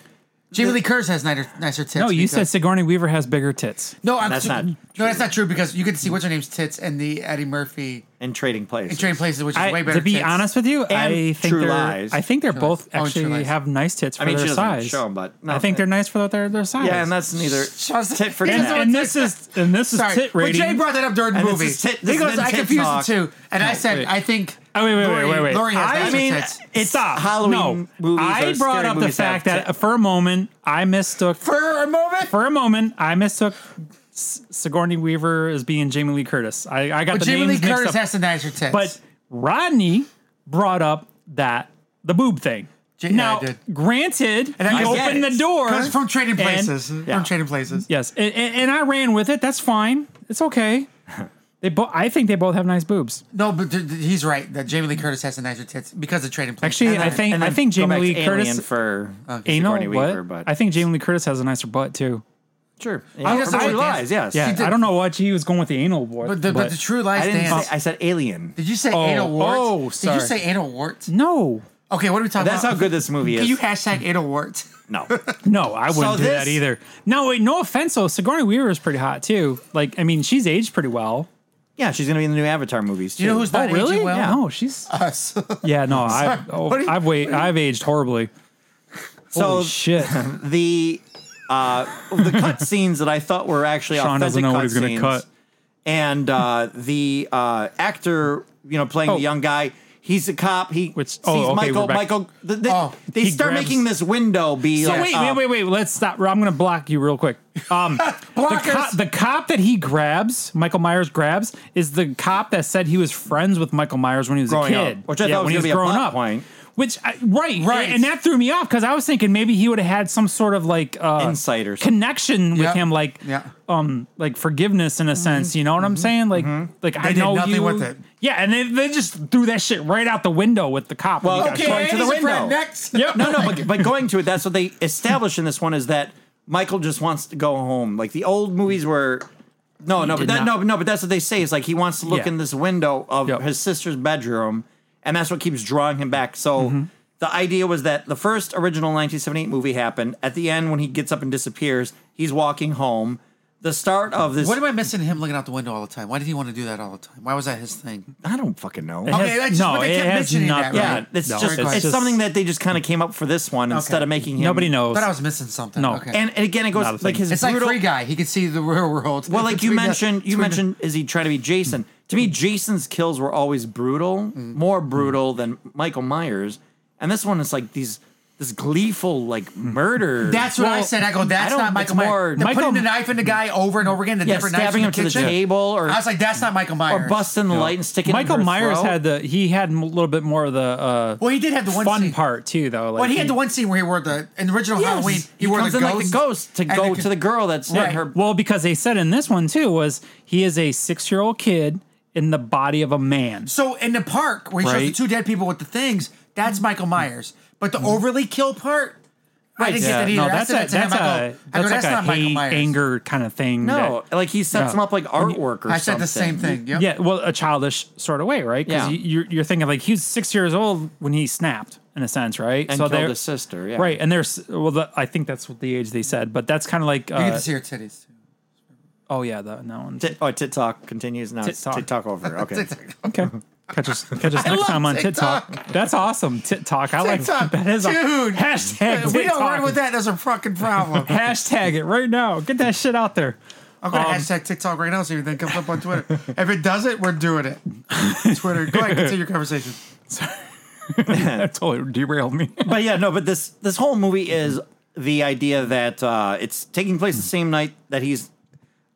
D: Jamie Lee Curtis has nicer, nicer tits.
E: No, you said
D: because-
E: Sigourney Weaver has bigger tits.
D: no. I'm,
C: That's
D: that's
C: not
D: not. No, that's not true because you can see what's her name's tits and the Eddie Murphy
C: in Trading Place.
D: in Trading Places, which is
E: I-
D: way better.
E: to be
D: tits.
E: honest with you, I
C: And
E: think
C: True
E: they're,
C: Lies.
E: I think they're both
D: Oh, and True
E: actually
D: Lies.
E: have nice tits for
C: mean, she
E: their
C: doesn't
E: size.
C: show 'em, but-
E: I think they're nice for what their their size.
C: yeah, and that's neither
D: Just-
C: tit for
D: Here's
C: tat.
D: the-
E: and this is and this is
D: Sorry,
E: tit
D: well,
E: rating.
D: Jay brought that up during the
C: And this
D: movie.
C: is tit- this
D: he
C: has
D: goes,
C: been
D: I
C: tit
D: confused
C: talk."
D: the two, and I said,
E: wait.
D: I think.
E: Oh, wait, wait, wait, wait, wait.
D: Lori has
C: I
D: nicer
C: mean,
D: tits.
C: it's
E: Stop.
C: Halloween
E: no,
C: movies
E: I
C: or
E: brought
C: scary
E: up the
C: movies have
E: fact that
C: tit-
E: for a moment I mistook for,
D: for a moment.
E: a moment I mistook S- Sigourney Weaver as being Jamie Lee Curtis. I, I got
D: but
E: the
D: Jamie Lee
E: names mixed
D: Curtis
E: up.
D: has the nicer tits.
E: But Rodney brought up that the boob thing.
D: J- yeah,
E: now,
D: I did.
E: granted,
D: I
E: he
D: get
E: opened
C: it.
E: the door
D: Because from Trading
E: and-
D: Places,
C: yeah.
D: from Trading Places.
E: yes, and, and, and I ran with it. That's fine. It's okay. They both. I think they both have nice boobs.
D: No, but th- th- he's right that Jamie Lee Curtis has the nicer tits because of Trading Places.
E: Actually,
D: And
E: I
D: then-
E: think
C: and
E: I
C: then
E: think
C: go
E: Jamie
C: back
E: Lee
C: to Alien
E: Curtis.
C: for
E: You know
C: Sigourney
E: what?
C: Weaver, but
E: I think Jamie Lee Curtis has a nicer butt too.
C: sure.
D: I
C: Yeah,
D: guess
C: for
D: I
C: True
D: would guess.
C: lies. Yes.
E: Yeah,
D: She did-
E: I don't know what she was going with the anal wart.
D: But the, but the True Lies
C: I didn't.
D: dance.
C: Say, I said Alien.
D: did you say
E: Oh,
D: anal warts?
E: oh, sorry.
D: Did you say anal warts?
E: no,
D: Okay, what are we talking
C: That's
D: about?
C: how good this movie
D: Can
C: is.
D: you hashtag anal warts?
C: no.
E: no, I wouldn't
C: So
E: do that
C: this-
E: either. No, wait, no offense. though. Sigourney Weaver is pretty hot too. Like, I mean, she's aged pretty well.
C: Yeah, she's gonna be in the new Avatar movies. Too.
D: You know who's not
E: oh, really?
D: aging well?
E: Yeah. No, she's
D: Us.
E: yeah. No, I oh,
D: What are you-
E: I've wait, I've aged horribly.
C: so
E: Holy shit!
C: the uh, the cut scenes that I thought were actually
E: Sean
C: authentic
E: doesn't know
C: cut
E: what he's gonna
C: scenes,
E: cut.
C: and uh, the uh, actor you know playing
E: Oh.
C: the young guy. He's a cop. He
E: Which-
C: sees
E: oh, okay,
C: Michael.
E: we're back.
C: Michael. The, the,
D: Oh,
C: they
E: he
C: start
E: grabs-
C: making this window be
E: So
C: like.
E: wait,
C: uh,
E: wait, wait, wait. Let's stop. I'm gonna block you real quick. Um, the,
D: Blockers.
E: cop, the cop that he grabs, Michael Myers grabs, is the cop that said he was friends with Michael Myers when he was
C: Growing
E: a
C: up,
E: kid,
C: which I thought was
E: when he
C: gonna
E: was
C: be a
E: growing
C: plot
E: up.
C: point.
E: Which I, right,
D: Right.
E: and, and that threw me off because I was thinking maybe he would have had some sort of like uh,
C: Insight or something.
E: connection with
D: Yeah.
E: him, like
D: Yeah. Mm-hmm.
E: um, like forgiveness in a sense. You know what I'm saying? Like, like I
D: did
E: know
D: nothing
E: you.
D: with it.
E: Yeah, and they, they just threw that shit right out the window with the cop. when he
C: Well,
E: got
C: Okay,
E: shot.
C: going to the
D: Andy's a friend.
C: window.
D: Next.
E: Yep.
C: No, no, but, but going to it, that's what they establish in this one is that Michael just wants to go home. Like the old movies were. No, no, but
E: did
C: that,
E: not.
C: no, no, but that's what they say. Is like he wants to look
E: Yeah.
C: in this window of
E: Yep.
C: his sister's bedroom, and that's what keeps drawing him back. So
E: Mm-hmm.
C: the idea was that the first original 1978 movie happened at the end when he gets up and disappears. He's walking home. The start of this.
D: What am I missing him looking out the window all the time? Why did he want to do that all the time? Why was that his thing?
C: I don't fucking know.
E: It
D: Okay,
E: has-
D: that's just what they kept mentioning that,
E: nothing.
D: right?
C: Oh, yeah, it's
E: No,
C: just
D: it's
C: it's,
D: just-
C: something that they just kind of came up for this one instead of making him.
E: nobody knows.
D: But I was missing something.
E: No.
D: Okay.
C: And, and again, it goes
E: Not a
C: like
E: thing.
C: his
D: it's like
C: brutal-
D: Free Guy. He could see the real world.
C: Well, like
D: Between
C: you
D: the-
C: mentioned,
D: between the-
C: you mentioned, is he trying to be Jason? To me, Jason's kills were always brutal, more brutal than Michael Myers, and this one is like these this gleeful like murder.
D: That's what I
E: Well,
D: said. I go, that's
C: don't-
D: not
C: it's
D: Michael
C: more-
D: Myers. They're
E: Michael-
D: putting the knife in the guy over and over again. The
C: Yeah,
D: different
C: stabbing him
D: knives in
C: to the
D: kitchen.
C: table or-
D: I was like, that's not Michael Myers.
C: or busting the light and sticking. it in
E: Michael
C: her
E: Myers
C: throat.
E: had the he had a little bit more of the uh,
D: Well, he did have the one
E: fun
D: scene.
E: part too, though. Like
D: Well, he had the one scene where he wore the in the original
C: Yes.
D: Halloween.
C: He,
D: wore
C: comes
D: the
C: in
D: ghost,
C: like the ghost to
D: and
C: go
D: the-
C: to the girl that's in
D: Right.
C: her.
E: Well, because they said in this one too was he is a six year old kid in the body of a man.
D: So in the park where he shows the
E: Right.
D: two dead people with the things, that's Michael Myers. But the overly kill part, I didn't get that either.
E: no,
D: I
E: that's a,
D: said
E: that's,
D: that to him,
E: a,
D: I go,
E: that's,
D: I go, that's
E: like
D: not
E: a
D: Michael
E: hate,
D: Myers.
E: anger kind of thing.
C: no,
E: that-
C: like he sets
E: Yeah.
C: them up like artwork or
D: I said the same
C: something.
D: thing. Yep.
E: yeah, well, a childish sort of way, right?
C: Yeah.
E: Because you're, you're thinking like he was six years old when he snapped, in a sense, right?
C: And
E: they're-
C: killed his sister. Yeah.
E: right? And there's well, the, I think that's what the age they said, but that's kind of like
D: You get
E: uh,
D: to see her titties.
E: oh yeah, the, that one.
C: Tit, oh, TikTok continues now. It's
E: TikTok.
C: TikTok over. Okay.
E: Okay. Catch us, catch us next
D: love
E: time on
D: TikTok.
E: TikTok. That's awesome. TikTok. I like
D: TikTok.
E: that. Is
D: Dude.
E: A hashtag
D: If we don't
E: TikTok.
D: run with that, there's a fucking problem.
E: Hashtag it right now. Get that shit out there.
D: I'm gonna hashtag TikTok right now, so everything comes up on Twitter. if it doesn't, we're doing it. Twitter, go ahead, continue your conversation.
E: That totally derailed me.
C: but yeah, no, but this this whole movie is the idea that uh, it's taking place the same night that he's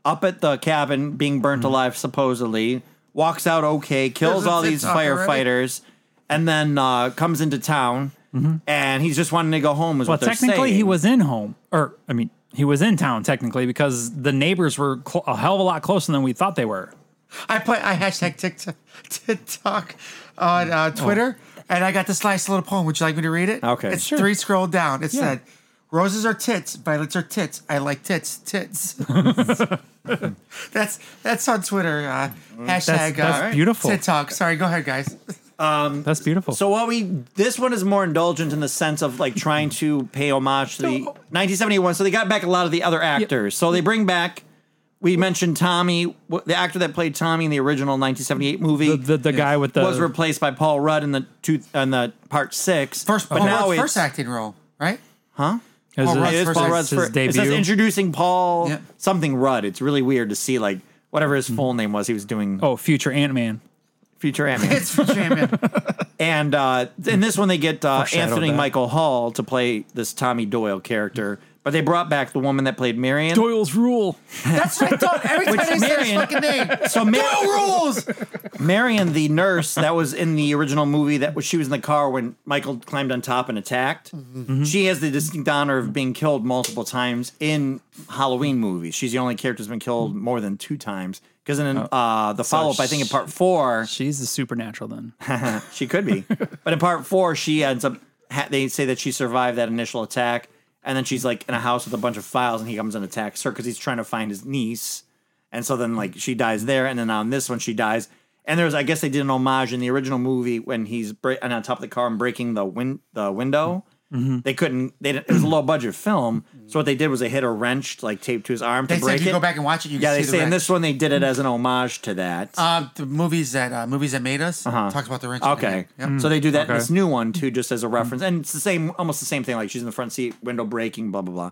C: up at the cabin being burnt
E: Mm-hmm.
C: alive, supposedly walks out okay, kills
D: There's a
C: all these
D: TikTok already.
C: firefighters, and then uh, comes into town, and he's just wanting to go home. Is
E: Mm-hmm. Well,
C: what they're
E: technically,
C: saying.
E: he was in home, or I mean, he was in town technically because the neighbors were cl- a hell of a lot closer than we thought they were.
D: I put I hashtag TikTok, TikTok on
E: Oh.
D: uh, Twitter, and I got this nice little poem. Would you like me to read it?
C: Okay.
D: It's
C: Sure.
D: three scroll down. It
E: Yeah.
D: said, "Roses are tits, violets are tits. I like tits, tits." that's that's on Twitter. Uh, hashtag
E: that's
D: uh,
E: beautiful.
D: TikTok. Sorry, go ahead, guys.
E: That's beautiful.
C: So what we this one is more indulgent in the sense of like trying to pay homage to the 1971. So they got back a lot of the other actors. So they bring back. We mentioned Tommy, wh- the actor that played Tommy in the original 1978 movie.
E: the the, the guy with the
C: was replaced by Paul Rudd in the two in the part six.
D: First,
C: but
D: Paul
C: now
D: Rudd's
C: it's
D: Oh, first acting role, right?
E: is
D: Paul
E: it-
D: Rudd's
C: It oh, is
D: first-
C: Paul
D: it's
C: Rudd's
E: his
C: first debut. It says
E: debut.
C: introducing Paul
D: Yeah.
C: something Rudd. It's really weird to see like whatever his full name was. He was doing
E: Hmm. oh, future Ant Man.
C: future Ant-Man.
D: It's for jamming.
C: And uh, in this one, they get uh,
E: Foreshadowed
C: Anthony
E: that.
C: Michael Hall to play this Tommy Doyle character, but they brought back the woman that played Marion.
E: Doyle's rule.
D: That's what I thought every time I said his
C: Marion-
D: fucking name.
C: So Mar-
D: rules.
C: Marion, the nurse that was in the original movie, that was she was in the car when Michael climbed on top and attacked.
E: Mm-hmm.
C: She has the distinct honor of being killed multiple times in Halloween movies. She's the only character who's been killed more than two times. Because
E: Oh.
C: in uh, the follow up, I think in part four,
E: She's the supernatural then.
C: She could be. but in part four, she ends up. Ha- they say that she survived that initial attack, and then she's like in a house with a bunch of files, and he comes and attacks her because he's trying to find his niece. And so then like she dies there, and then on this one she dies. And there's, I guess they did an homage in the original movie when he's bra- and on top of the car and breaking the win- the window.
D: Mm-hmm.
C: They couldn't. They didn't, it was a low budget film, so what they did was they hit a wrench like taped to his arm
D: They
C: to
D: said
C: break
D: if you
C: it.
D: go back and watch it, you
C: yeah,
D: can
C: they
D: see the
C: say in
D: wrench.
C: this one they did it as an homage to that.
D: Uh, the movies that uh, movies that made us talks about the wrench. in the
C: Uh-huh. Okay.
D: hand. Yep.
C: So they do that in
E: Okay.
C: this new one too, just as a reference. And it's the same, almost the same thing. Like she's in the front seat, window breaking, blah, blah, blah.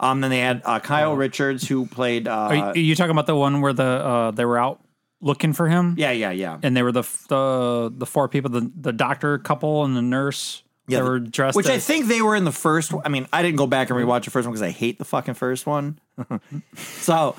C: Um, then they had uh, Kyle Richards, who played.
E: Oh. Are
C: Uh,
E: you, you talking about the one where the uh, they were out looking for him?
C: yeah, yeah, yeah.
E: and they were the f- the the four people, the the doctor couple and the nurse.
C: Yeah,
E: that
C: the-
E: were dressed.
C: Which I
E: as-
C: think they were in the first one. I mean, I didn't go back and rewatch the first one because I hate the fucking first one. so,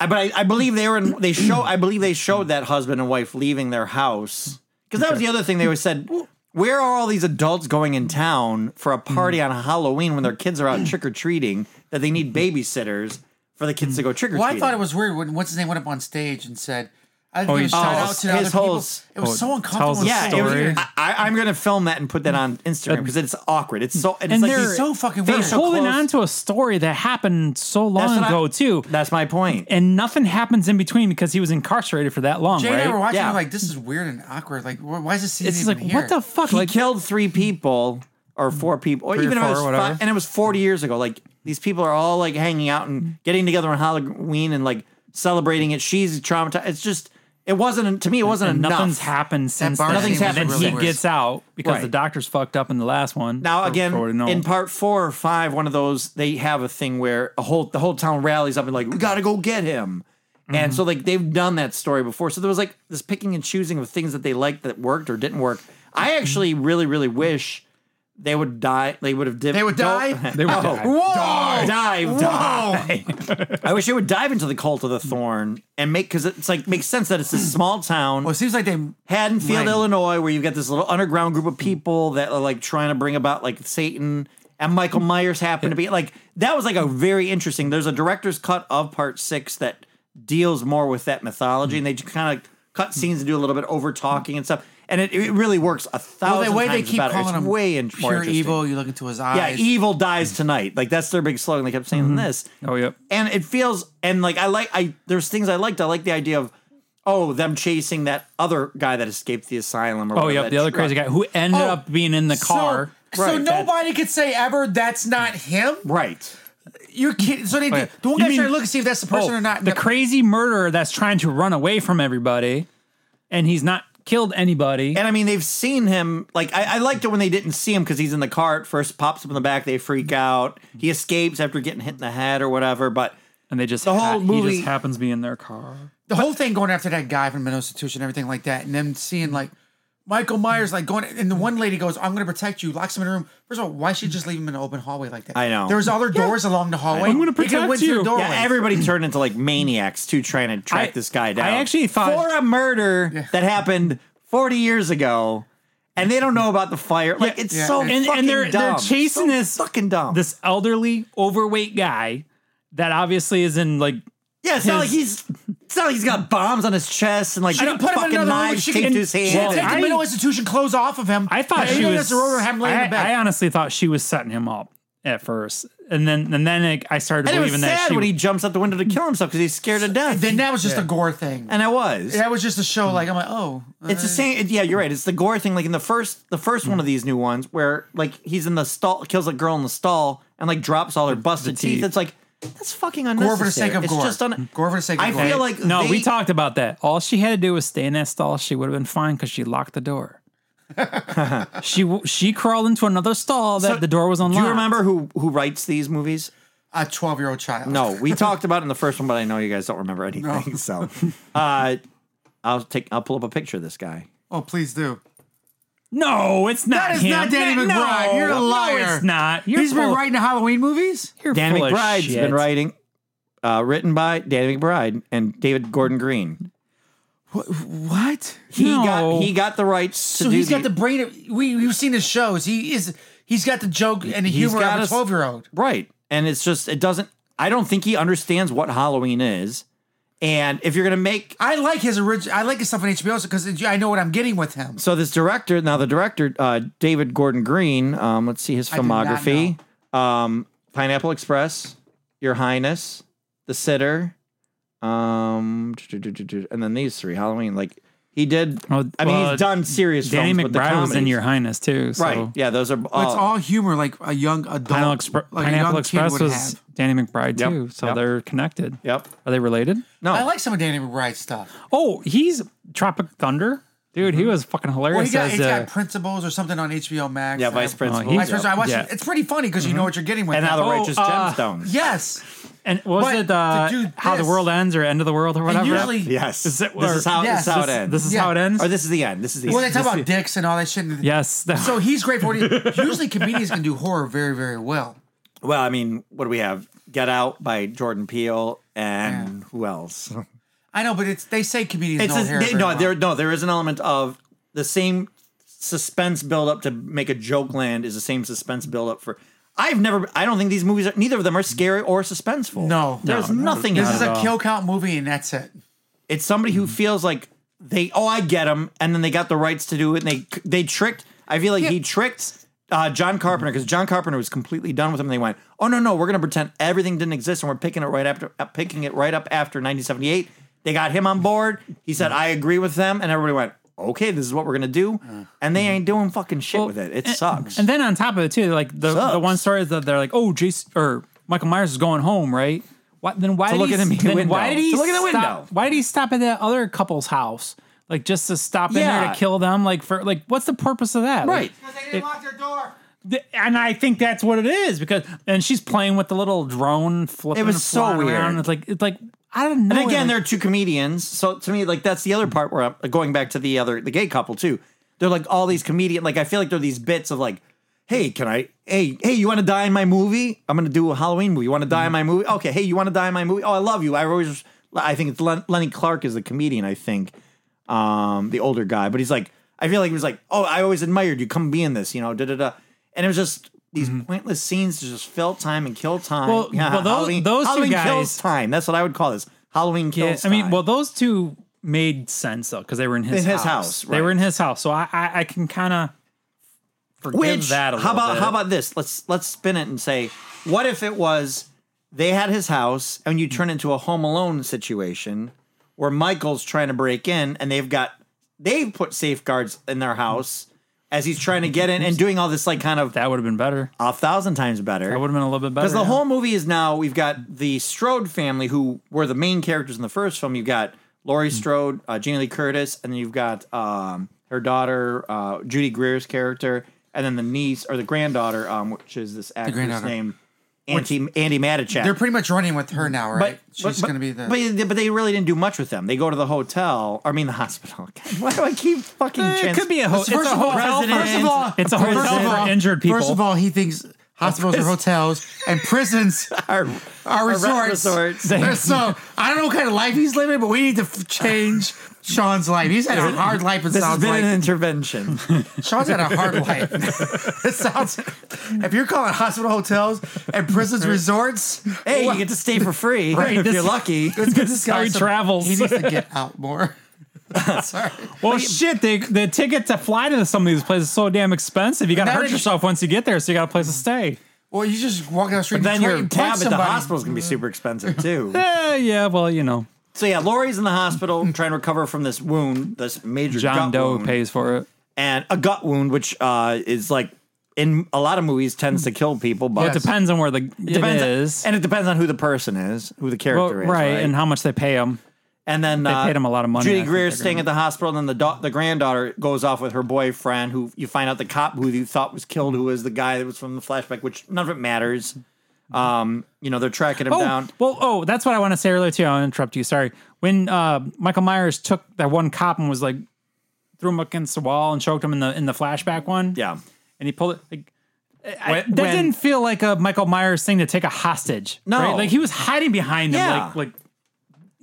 C: I, but I, I believe they were in, they show, I believe they showed that husband and wife leaving their house. Because that was the other thing they always said. Where are all these adults going in town for a party on Halloween when their kids are out trick or treating that they need babysitters for the kids to go trick or treating?
D: Well, I thought it was weird when what's his name went up on stage and said, "I give a
E: he-
D: shout
C: oh,
D: out to the
C: his
D: other people."
C: whole-
D: It was so
E: oh,
D: uncomfortable.
E: tells
D: and
E: the
C: yeah,
D: so
C: it was-
E: story.
D: weird.
C: I, I- I'm gonna film that and put that on Instagram because it's awkward. It's so and,
E: And
C: it's like
E: they're-
C: these
D: so fucking
C: They're
D: weird.
C: so
E: holding
C: close.
E: on to a story that happened so
C: That's
E: long
C: what I-
E: ago too,
C: That's my point.
E: and nothing happens in between because he was incarcerated for that long,
D: Jay and I were
E: right?
D: watching.
C: Yeah.
D: we were like, this is weird and awkward. Like, wh- why is this scene
E: It's
D: even
E: like
D: here?
E: what the fuck?
C: he
E: Like
C: killed three people or four people, or
E: or
C: even if it
E: four,
C: was
E: whatever.
C: five, and it was forty years ago. Like these people are all like hanging out and getting together on Halloween and like celebrating it. She's traumatized. It's just it wasn't to me. It wasn't
E: and
C: enough.
E: nothing's happened since.
D: bar
E: then.
C: scene was
E: And
C: really
E: he
D: weird.
E: gets out because
C: Right.
E: the doctor's fucked up in the last one.
C: Now
E: for-
C: again,
E: for what I know.
C: in part four or five, one of those they have a thing where a whole the whole town rallies up and like we gotta go get him, and
D: Mm-hmm.
C: so like they've done that story before. So there was like this picking and choosing of things that they liked that worked or didn't work. I actually really really wish they would die. They would have div-
D: Mm-hmm. They would
C: go-
D: die.
E: they were
C: Oh,
E: dead.
D: Whoa!
C: dive,
D: Whoa!
C: dive. I wish it would dive into the cult of the thorn and make because it's like makes sense that it's a small town.
D: Well, it seems like they.
C: Haddonfield,
D: Right.
C: Illinois, where you've got this little underground group of people that are like trying to bring about like Satan and Michael Myers happened to be like that was like a very interesting. There's a director's cut of part six that deals more with that mythology, and they just kind of cut scenes and do a little bit over talking and stuff, and it, it really works a
D: Well,
C: thousand
D: the way they
C: times
D: keep
C: better.
D: calling
C: It's
D: him
C: way in-
D: pure
C: more interesting.
D: evil. You look into his eyes.
C: Yeah, evil dies tonight. Like that's their big slogan. They kept saying this.
E: Oh, yep.
C: And it feels and like I like I there's things I liked. I like the idea of oh them chasing that other guy that escaped the asylum. Or
E: Oh
C: whatever,
E: yeah,
C: that
E: the other
C: truck.
E: crazy guy who ended
D: Oh,
E: up being in the car.
D: So, so
C: Right, that-
D: nobody could say ever that's not him.
C: Right.
D: You're kidding. So they,
E: Okay.
D: the one
E: You
D: guy
E: mean-
D: tried to look and see if that's the person
E: Oh,
D: or not.
E: The crazy murderer that's trying to run away from everybody, and he's not killed anybody.
C: And I mean they've seen him. Like I, I liked it when they didn't see him because he's in the car at first. Pops up in the back. They freak out. He escapes after getting hit in the head or whatever. But
E: And they just
C: The whole
E: ha-
C: movie-
E: he just happens to be in their car.
D: the whole thing going after that guy from the institution, everything like that, and them seeing like Michael Myers like going, and the one lady goes, "I'm going to protect you," locks him in a room. First of all, why she just leave him in an open hallway like that?
C: I know.
D: there was other doors along the hallway.
E: I'm gonna
D: He could've
E: protect
D: went through
E: you.
D: the doorway.
C: yeah, everybody turned into like maniacs too, trying to track
E: I-
C: this guy down.
E: I actually thought-
C: for a murder that happened 40 years ago, and they don't know about the fire. Like it's
D: Yeah.
C: so
D: And-
E: and
C: fucking
E: they're- they're
C: dumb.
E: chasing
C: So
E: this-
C: fucking dumb.
E: This elderly, overweight guy that obviously is in like
C: yeah, it's not like
E: his-
C: he's it's not like he's got bombs on his chest and like
D: She can put him in
C: fucking
D: another room.
C: knives
D: She
C: taped
D: can,
C: to his
D: she can
C: hand.
D: take the
E: I-
D: mental institution clothes off of him.
E: I thought she was.
D: That's the room and have him lay in
E: I,
D: the bed.
E: I honestly thought she was setting him up at first, and then and then it, I started
C: And it was
E: believing
C: sad
E: that she
C: when he jumps out the window to kill himself because he's scared to death.
D: Then that was just a gore thing.
C: and I was.
D: that was just a show. Like I'm like, oh,
C: It's the same. Yeah, you're right. It's the gore thing. Like in the first, the first one of these new ones, where like he's in the stall, kills a girl in the stall, and like drops all her busted teeth.
E: teeth.
C: It's like that's fucking unnecessary.
D: gore for the sake of
C: it's
D: gore.
C: just un-
D: gore for the sake of
C: I
D: gore.
C: feel like
E: No,
C: they-
E: we talked about that. All she had to do was stay in that stall. She would have been fine because she locked the door. she w- she crawled into another stall that
C: So,
E: the door was
C: Do
E: unlocked.
C: you remember who who writes these movies?
D: a 12 year old child.
C: No, we talked about it in the first one, but I know you guys don't remember anything. So, uh, I'll take. I'll pull up a picture of this guy.
D: Oh, please do.
E: No, it's not.
D: That is
E: him.
D: not Danny
E: No,
D: McBride. You're a
E: no,
D: liar.
E: it's not. You're
D: He's been
E: full-
D: writing Halloween movies.
E: You're
C: Dan
E: full of
C: McBride's
E: shit.
C: been writing, uh, written by Danny McBride and David Gordon Green.
D: What?
C: He
E: No.
C: got he got the rights. To
D: So
C: do
D: he's got
C: the-
D: the brain. Of, we we've seen his shows. He is. He's got the joke and the
C: He's
D: humor
C: got
D: of a
C: us-
D: 12 year old.
C: Right. And it's just, it doesn't, I don't think he understands what Halloween is. And if you're going to make,
D: I like his original. I like his stuff on HBO because I know what I'm getting with him.
C: so this director, now the director, uh, David Gordon Green, um, let's see his
D: did not
C: filmography um, Pineapple Express, Your Highness, The Sitter, um, and then these three Halloween. Like he did,
E: Well,
C: I mean,
E: Oh, well,
C: he's done serious
E: Danny
C: films, but the
E: McBride was in
C: comedies-
E: Your Highness too. So.
C: Right. Yeah. Those are all,
D: It's all humor, like a young adult.
E: Oh. Pineapple, Expre-
D: like a young
E: Pineapple
D: kid
E: Express
D: would
E: was
D: have.
E: Danny McBride
C: Yep,
E: too, so
C: yep.
E: they're connected.
C: Yep.
E: Are they related?
C: No.
D: I like some of Danny McBride's stuff.
E: Oh, he's Tropic Thunder, dude. He was fucking hilarious.
D: Mm-hmm. Well, he got,
E: as,
D: he's
E: uh,
D: got principles or something on HBO Max.
C: yeah,
E: Oh,
C: Vice
D: I-
C: Principal.
E: he's-
D: Vice Principal. I watched
E: Yeah. Mm-hmm.
D: it. It's pretty funny because you know what you're getting with
C: and now the
D: him.
E: Oh,
C: Righteous
E: uh,
C: Gemstones.
D: yes.
E: And what was
D: But
E: it uh,
D: to do
E: how the
D: this-
E: world ends or end of the world or whatever?
D: And usually,
C: Yes.
E: Is it-
C: this
E: or-
C: is how,
D: Yes,
C: this is how it
D: this-
C: ends.
E: This is
D: Yeah.
E: how it ends.
C: or this is the end. This is the
D: Well, they
C: end.
D: talk
C: This-
D: about dicks and all that shit.
E: yes. that-
D: So he's great for what he, usually comedians can do horror very, very well.
C: Well, I mean, what do we have? Get Out by Jordan Peele and who else?
D: I know, but it's they say comedians
C: It's
D: don't
C: a,
D: hear
C: they-
D: it very
C: no,
D: well.
C: there no, there is an element of the same suspense build up to make a joke land is the same suspense build up for. I've never. I don't think these movies are. Neither of them are scary or suspenseful.
D: No.
C: there's
E: No, no,
C: nothing.
D: This
C: in
D: is
C: it.
D: a kill count movie, and that's it.
C: It's somebody
D: Mm.
C: who feels like they. Oh, I get them, and then they got the rights to do it, and they they tricked. I feel like he tricked uh, John Carpenter because John Carpenter was completely done with him. And they went, oh no no, we're gonna pretend everything didn't exist, and we're picking it right after uh, picking it right up after 1978. They got him on board. He
D: Mm.
C: said, I agree with them, and everybody went, okay, this is what we're gonna do,
D: Uh.
C: and they ain't doing fucking shit with it. It sucks.
E: and then on top of it too, like the, the
C: Sucks.
E: one story is that they're like, oh, Jason or Michael Myers is going home, right? What then? Why did
C: look
E: he,
C: at him in the
E: then
C: window.
E: why did he
C: To look at the
E: stop-
C: window.
E: Why did he stop at that other couple's house? Like just to stop in there
C: Yeah.
E: to kill them? Like for like, what's the purpose of that? Like,
C: right.
D: They didn't lock their door.
E: Th- and I think that's what it is because and she's playing with the little drone flipping.
C: It was so
E: flying
C: weird.
E: around. It's like it's like I don't know.
C: And again,
E: like,
C: they're two comedians. So to me, like that's the other part where I'm going back to the other the gay couple too. They're like all these comedian. Like I feel like they're these bits of like, hey, can I? Hey, hey, you want to die in my movie? I'm gonna do a Halloween movie. You want to die in my movie? Okay. Hey, you want to die in my movie? Oh, I love you. I always. I think it's Len- Lenny Clark is the comedian. I think, um, the older guy, but he's like, I feel like he was like, oh, I always admired you. Come be in this, you know, da da da. And it was just. These pointless scenes to just fill time and kill time.
E: Mm-hmm. Well- well, those-
C: Halloween,
E: those two
C: Halloween kills
E: guys-
C: time. That's what I would call this. Halloween
E: Yeah,
C: kills.
E: I mean,
C: time.
E: well, those two made sense though because they were in his
C: In his house,
E: They were
C: right.
E: in his house, so I I, I can kind of forgive
C: which
E: that a
C: how
E: little
C: about
E: bit.
C: how about this? Let's let's spin it and say, what if it was they had his house and you turn into a Home Alone situation where Michael's trying to break in and they've got they've put safeguards in their house as he's trying to get in and doing all this like kind of
E: that would have been better.
C: a thousand times better.
E: That would have been a little bit better
C: Because the
E: yeah.
C: whole movie is now we've got the Strode family who were the main characters in the first film. You've got
D: Hmm.
C: Laurie Strode, uh, Jamie Lee Curtis, and then you've got um, her daughter uh, Judy Greer's character, and then the niece or the granddaughter, um, which is this actress
D: granddaughter.
C: named Andy Andy Matichak.
D: They're pretty much running with her now, right? She's
C: but,
D: going to be the.
C: But, but they really didn't do much with them. They go to the hotel. I mean the hospital. God, why do I keep fucking?
E: it
D: Eh,
C: trans-
E: could be a, ho- it's
D: First
E: a
D: of all-
E: hotel.
C: president.
E: for- it's a hotel for injured people.
D: First of all, he thinks hospitals are hotels and prisons
C: our,
D: are resorts.
C: resorts.
D: so I don't know what kind of life he's living, but we need to f- change Sean's life. He's had a hard life. It
C: This has
D: sounds
C: been
D: like
C: an intervention.
D: Sean's had a hard life. it sounds. If you're calling hospital hotels and prisons resorts,
C: hey, you get to stay for free if
E: this-
C: you're lucky.
D: let's get this
E: how
D: guy
E: he
D: some-
E: travels.
D: He needs to get out more. Sorry.
E: well, shit, they, the ticket to fly to some of these places is so damn expensive. You got to
D: Now
E: hurt
D: they-
E: yourself once you get there, so you got a place to stay.
D: Or you just walk down the street
C: Then
D: and
C: your
D: you
C: tab
D: punch
C: at
D: somebody.
C: the hospital is going to be super expensive too.
E: Eh, yeah, well, you know,
C: so yeah, Lori's in the hospital trying to recover from this wound, this major
E: Hmm. John
C: gut
E: Doe
C: wound.
E: pays for it.
C: and a gut wound, which uh, is like in a lot of movies tends to kill people, but
D: Yes.
C: it
E: Depends on where the it
C: depends,
E: is.
C: and it depends on who the person is, who the
E: Well,
C: character
E: right,
C: is, right?
E: and how much they pay him.
C: And then
E: They
C: uh,
E: paid him a lot of money, I
C: Judy
E: think,
C: Greer's
E: that
C: staying at the hospital, and then the da- the granddaughter goes off with her boyfriend, who you find out the cop who you thought was killed, who was the guy that was from the flashback, which none of it matters. Um, you know, they're tracking him
E: Hmm. Oh,
C: down.
E: well, oh, that's what I want to say earlier too. I'll interrupt you. Sorry. When uh, Michael Myers took that one cop and was like threw him against the wall and choked him in the in the flashback one.
C: Yeah.
E: and he pulled it. Like, I-
C: When-
E: that
C: when-
E: didn't feel like a Michael Myers thing to take a hostage.
C: No.
E: right? like he was hiding behind him,
C: Yeah.
E: like like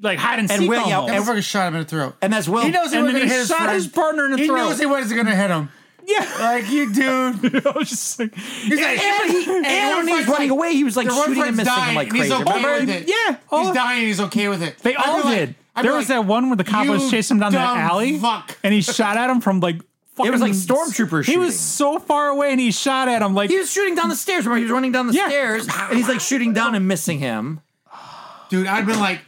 E: like hide and,
C: And
E: seek.
C: Will- yeah,
E: almost.
D: That motherfucker shot him in the throat.
C: And that's Will.
D: he knows he
E: and
D: was going
E: then
D: to
E: he
D: hit his
E: shot
D: friend.
E: his partner in the
D: he
E: throat.
D: knows he wasn't going to hit him.
E: yeah,
D: Like you, dude.
E: I was just like,
D: He's like,
C: and he- and when he was running away, he was, like, shooting and missing him like
D: He's
C: crazy.
D: okay
C: Remember?
D: with it.
E: Yeah, all
D: he's
E: of-
D: dying. He's okay with it.
E: They
D: I'd be
E: all
D: like-
E: did.
D: I'd be
E: there was
D: like,
E: that one where the cop
D: "You
E: was chasing him down that
D: dumb
E: alley,
D: Fuck.
E: and he shot at him from like. Fucking,
C: was like stormtrooper
E: He
C: shooting.
E: was so far away, and he shot at him like
C: He was shooting down the stairs. Remember, he was running down the
E: Yeah.
C: stairs, and he's like shooting down and missing him.
D: dude. I'd been like,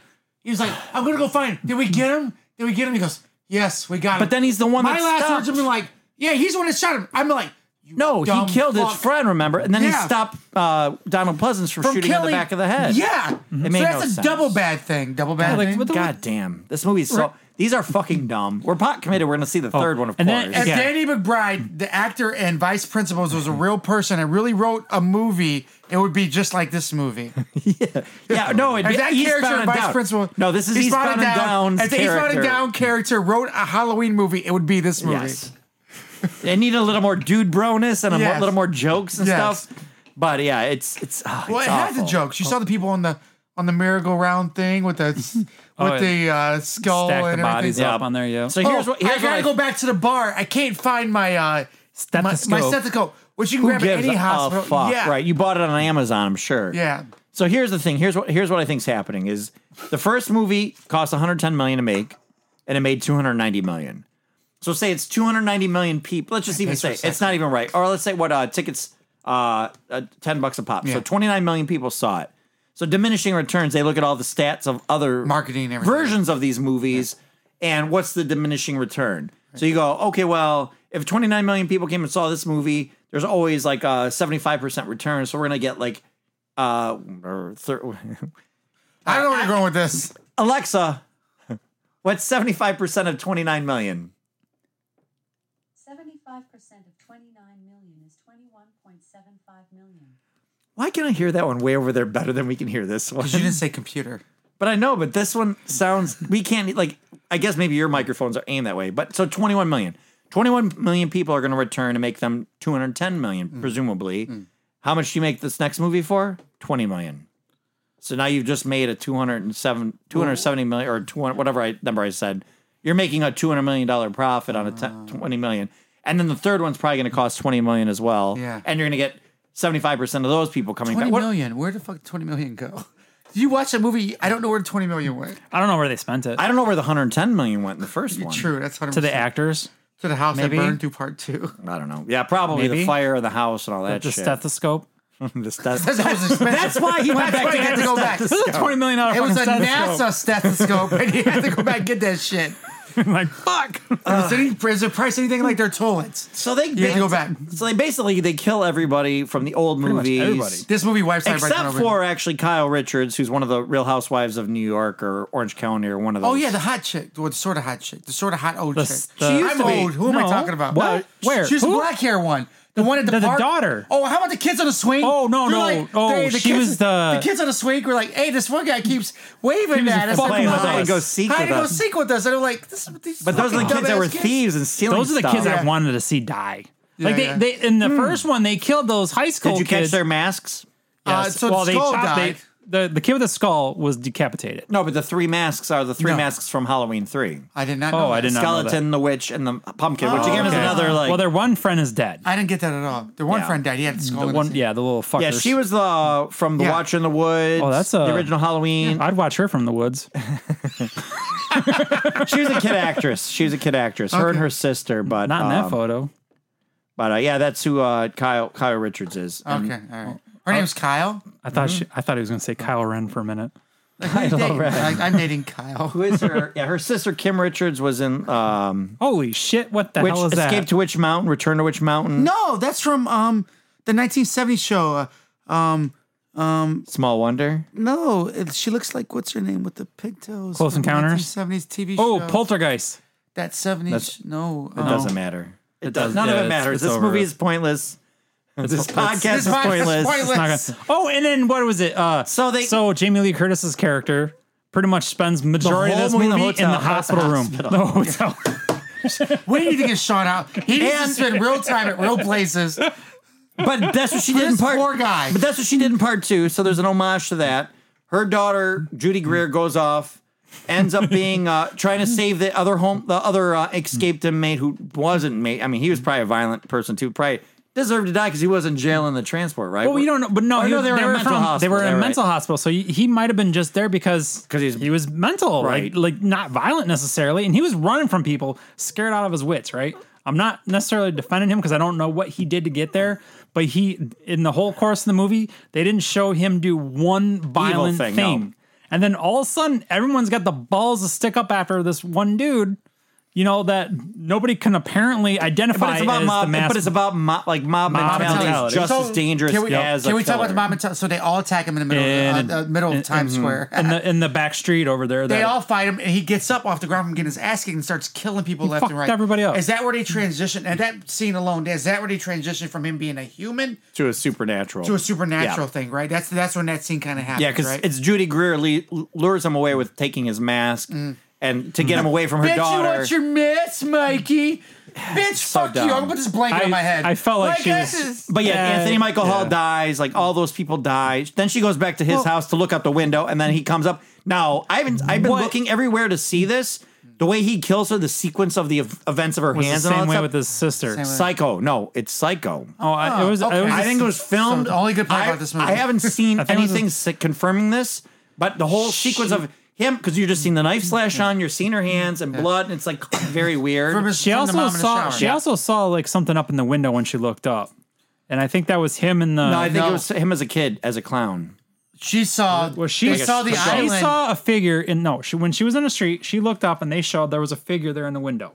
D: he was like, I'm gonna go find. Him. Did we get him? Did we get him? He goes, yes, we got him.
C: But then he's the one
D: my
C: that
D: last
C: stopped.
D: words have been like, yeah, he's the one that shot him. I'm like, you
C: No, he
D: dumb
C: killed
D: fuck.
C: his friend, remember? And then he
D: Yeah.
C: stopped uh, Donald Pleasance from,
D: From
C: shooting in the
D: killing-
C: back of the head.
D: Yeah, so
C: made
D: that's
C: no
D: a
C: sense.
D: double bad thing. Double bad
E: like,
D: thing.
E: what the-
C: God damn. This movie's so. These are fucking dumb. We're pot committed. We're going to see
D: Oh.
C: the third one, of
E: and
C: course.
E: then-
D: If
E: Yeah.
D: Danny McBride, the actor and vice principals, was a real person and really wrote a movie, it would be just like this movie.
C: yeah, no, it'd
D: If
C: be
D: that
C: Eastbound
D: character,
C: and
D: vice
C: Down.
D: principal,
C: No, this is Eastbound, and Down's
D: If the Eastbound
C: character.
D: and Down character wrote a Halloween movie, it would be this movie.
C: Yes. they need a little more dude broness and a mo-
D: Yes.
C: little more jokes and
D: Yes.
C: stuff. But yeah, it's it's. Oh,
D: Well,
C: it's
D: it had the
C: awful.
D: jokes. You saw the people on the on the merry-go-round thing with the with
E: Oh,
D: the uh, skull
E: stack
D: and
E: the bodies
D: everything.
E: up on there. Yeah,
C: So
D: Oh,
C: here's what here's
D: I gotta
C: what
D: go back to the bar. I can't find my uh, my- My,
E: Stethoscope.
D: stethoscope, which you can
C: Who
D: grab at
C: gives
D: any
C: a
D: hospital.
C: fuck,
D: yeah,
C: right? You bought it on Amazon, I'm sure.
D: Yeah.
C: So here's the thing. Here's what here's what I think's happening is the first movie cost 110 million to make, and it made 290 million. So say it's 290 million people. Let's just even
D: Thanks for
C: say
D: a second.
C: it's not even right. Or let's say what uh, tickets uh, uh 10 bucks a pop. So
D: Yeah.
C: 29 million people saw it. So diminishing returns. They look at all the stats of other
D: Marketing and everything.
C: versions of these movies, and what's the diminishing return? So you go, okay, well, if 29 million people came and saw this movie, there's always like a 75% return. So we're gonna get like uh, or thir-
D: I don't know where you're going with this.
C: Alexa, what's 75% of 29 million?
F: 75% of 29 million is 21.75 million.
C: Why can I hear that one way over there better than we can hear this one?
D: You didn't say computer.
C: But I know, but this one sounds, we can't, like, I guess maybe your microphones are aimed that way. But so 21 million. 21 million people are going to return to make them 210 million,
D: Mm.
C: presumably. How much do you make this next movie for? 20 million. So now you've just made a 207, 270 million or 200, whatever I, number I said. You're making a $200 million profit on a
D: Ah.
C: te- 20 million. And then the third one's probably going to cost 20 million as well.
D: Yeah.
C: And you're going to get 75% of those people coming
D: Twenty
C: back. What-
D: million. Where the fuck did 20 million go? Did you watch that movie? I don't know where the 20 million went.
E: I don't know where they spent it
C: I don't know where the 110 million went in the first one.
D: True, that's 100
E: to the actors.
D: to the house
E: maybe?
D: that burned through part two.
C: I don't know. Yeah, probably the
E: Maybe.
C: fire of the house and all that
E: The
C: shit.
E: stethoscope.
C: the steth-
D: That's how it was expensive.
C: That's why he
D: That's
C: went back
D: why
C: to
D: he
C: get
D: had
C: the
D: to go back.
E: This
C: stethoscope.
E: is a twenty million dollar.
D: It was a
E: fucking
D: NASA stethoscope, and you had to go back and get that shit.
E: stethoscope. like fuck.
D: is, there any, is there price anything like their toilets?
C: So they
D: You had to go back.
C: So they basically they kill everybody from the old
E: much
C: movies.
E: everybody.
D: This movie wipes everybody
C: Except
D: over.
C: for actually Kyle Richards, who's one of the Real Housewives of New York or Orange County or one of those.
D: oh yeah, the hot chick, the sort of hot chick, the sort of hot old
E: The-
D: chick.
E: the- She used
D: I'm
E: to be-
D: old. Who am
E: No.
D: I talking about?
E: What?
D: No,
E: Where?
D: She's the
E: Who?
D: black hair one. The one at the,
E: the- the
D: park.
E: daughter.
D: Oh, how about the kids on the swing?
E: Oh, no,
D: They're
E: no. Oh, she
D: kids,
E: was the-
D: the kids on the swing were like, "Hey, this one guy keeps waving
E: was
D: at
E: a
D: us. Like,
E: fucking hide and
D: us.
C: go seek
D: Hide
C: with
D: and go
C: us.
D: seek with us." And they're like, this, these
C: but those are the
D: fucking
C: kids that
D: dumbass
C: were
D: kids.
C: thieves and stealing.
E: Those are the kids
C: stuff.
E: I wanted to see die.
D: Yeah,
E: Like they,
D: yeah.
E: they in the first one they killed those high school.
C: Did you catch
E: kids.
C: their masks?
D: Uh,
E: Yes.
D: so
E: Well,
D: the
E: they
D: skull
E: chopped- they-
D: died.
E: the the kid with the skull was decapitated.
C: No, but the three masks are the three
D: No.
C: masks from Halloween three:
D: I did not.
E: Oh,
D: know
E: I
D: that.
E: didn't know.
C: skeleton, the witch, and the pumpkin. which
D: Oh,
C: again is
D: okay.
C: another like.
E: well, their one friend is dead.
D: I didn't get that at all. Their one
C: Yeah.
D: friend died. He had a skull.
E: The
D: in
E: one,
D: his-
E: yeah, the little fucker.
C: yeah, she was the from the
D: Yeah.
C: Watcher in the Woods.
E: Oh, that's
C: the
E: a-
C: original Halloween.
E: I'd watch her from the woods.
C: she was a kid actress. She was a kid actress. Her and her sister, but
E: Not in
C: um,
E: that photo.
C: But uh, yeah, that's who uh, Kyle Kyle Richards is. And
D: Okay. All right. Her
E: uh,
D: name's Kyle.
E: I thought
C: mm-hmm.
E: she, I thought he was going to say Kyle Ren for a minute.
D: I'm dating,
C: Ren.
D: I, am dating Kyle.
C: Who is her? yeah, her sister Kim Richards was in um,
E: Holy shit! What the
C: which
E: hell is
C: Escape
E: that?
C: to Witch Mountain, Return to Witch Mountain,
D: No, that's from um the 1970s show. Uh, um,
C: Small Wonder.
D: no, it- she looks like what's her name with the pigtails?
E: Close
D: from
E: Encounters?
D: 1970s TV
E: oh,
D: show.
E: Poltergeist.
D: that 70s.
C: That's-
D: no, um,
C: It doesn't matter. It
E: does-
C: None
E: yeah,
C: of it
E: it's-
C: matters.
E: it's
C: This
E: over
C: movie
E: with.
C: is pointless.
D: This
C: this podcast is
D: podcast is
C: pointless.
D: pointless.
E: It's not gonna- oh, and then what was it? Uh,
C: So they-
E: so Jamie Lee Curtis's character pretty much spends majority of
C: whole
E: this
C: movie
E: movie
C: in the
E: in
C: hotel.
E: the hospital room,
C: Hospital.
E: the hotel.
D: We need to get Sean out. He needs to spend real time at real places.
C: But that's what she did in
D: This
C: part.
D: poor guy.
C: But that's what she did in part two. So there's an homage to that. Her daughter Judy Greer goes off, ends up being uh, trying to save the other home, the other uh, escaped inmate who wasn't mate. I mean, he was probably a violent person too. Probably deserved to die because he was in jail in the transport, right?
E: Well, you don't know, but no,
C: Or
E: he,
C: Oh, no, they were in a mental
E: from, They
C: hospital,
E: were in a
C: right.
E: mental hospital, so he, he might have been just there because
C: 'Cause he's-
E: he was mental,
C: Right.
E: Like, like not violent necessarily, and he was running from people, scared out of his wits, right? I'm not necessarily defending him because I don't know what he did to get there, but he in the whole course of the movie they didn't show him do one violent
C: thing,
E: thing.
C: no.
E: And then all of a sudden, everyone's got the balls to stick up after this one dude, you know, that nobody can apparently identify
C: But it's about
E: as
C: mob.
E: the mass.
C: But it's about mob, like mob,
E: Mob
C: mentality. is
E: mentality.
C: just
D: So,
C: as dangerous
D: Can we,
C: as.
D: can
C: a
D: we talk about the
C: killer. mm-hmm.
D: mom and t- so they all attack him in the middle
E: And-
D: of, uh, uh, middle of Times Square.
E: in the in the back street over there.
D: they
E: that-
D: all fight him, and he gets up off the ground from getting his ass kicked and starts killing people left
E: fucked
D: and right.
E: everybody up.
D: Is that where they transition? And that scene alone, is that where they transition from him being a human
C: to a supernatural
D: to a supernatural
C: Yeah.
D: thing? Right. That's that's when that scene kind of happens.
C: Yeah, because
D: right?
C: it's Judy Greer le- lures him away with taking his mask
D: Mm.
C: and to
D: Mm-hmm.
C: get him away from her
D: Bitch,
C: daughter.
D: you want your mess, Mikey? Bitch,
C: So
D: fuck you! I'm gonna
C: dumb.
D: put this blanket
E: I-
D: on my head.
E: I felt like
D: My
E: she was-
D: glasses.
C: But yeah,
E: Uh,
C: Anthony Michael Hall
E: yeah.
C: dies. Like all those people die. Then she goes back to his house to look out the window, and then he comes up. Now I've been I've been
E: What-
C: looking everywhere to see this. The way he kills her, the sequence of the ev- events of her
E: was the
C: hands,
E: same
C: and
E: way
C: all
E: with
C: that stuff.
E: his sister.
D: Same way.
C: Psycho. No, it's Psycho.
E: Oh, I, it was.
D: okay.
E: It was
D: I
E: a-
C: I think it was filmed.
D: So the only good part
C: I,
D: about this movie-
C: I haven't seen
E: I think it was a-
C: anything s- confirming this, but the whole sequence of him because you're just seeing the knife slash on, you're seeing her hands and blood, and it's like very weird.
D: From his-
E: she
D: from the
E: also
D: mom in the
E: saw.
D: shower.
E: She also saw like something up in the window when she looked up, and I think that was him in the.
C: no, I think
D: No.
C: it was him as a kid, as a clown.
D: She saw.
E: well, she
D: they saw the
E: she
D: island.
E: saw a figure in no. She when she was in the street, she looked up and they showed there was a figure there in the window,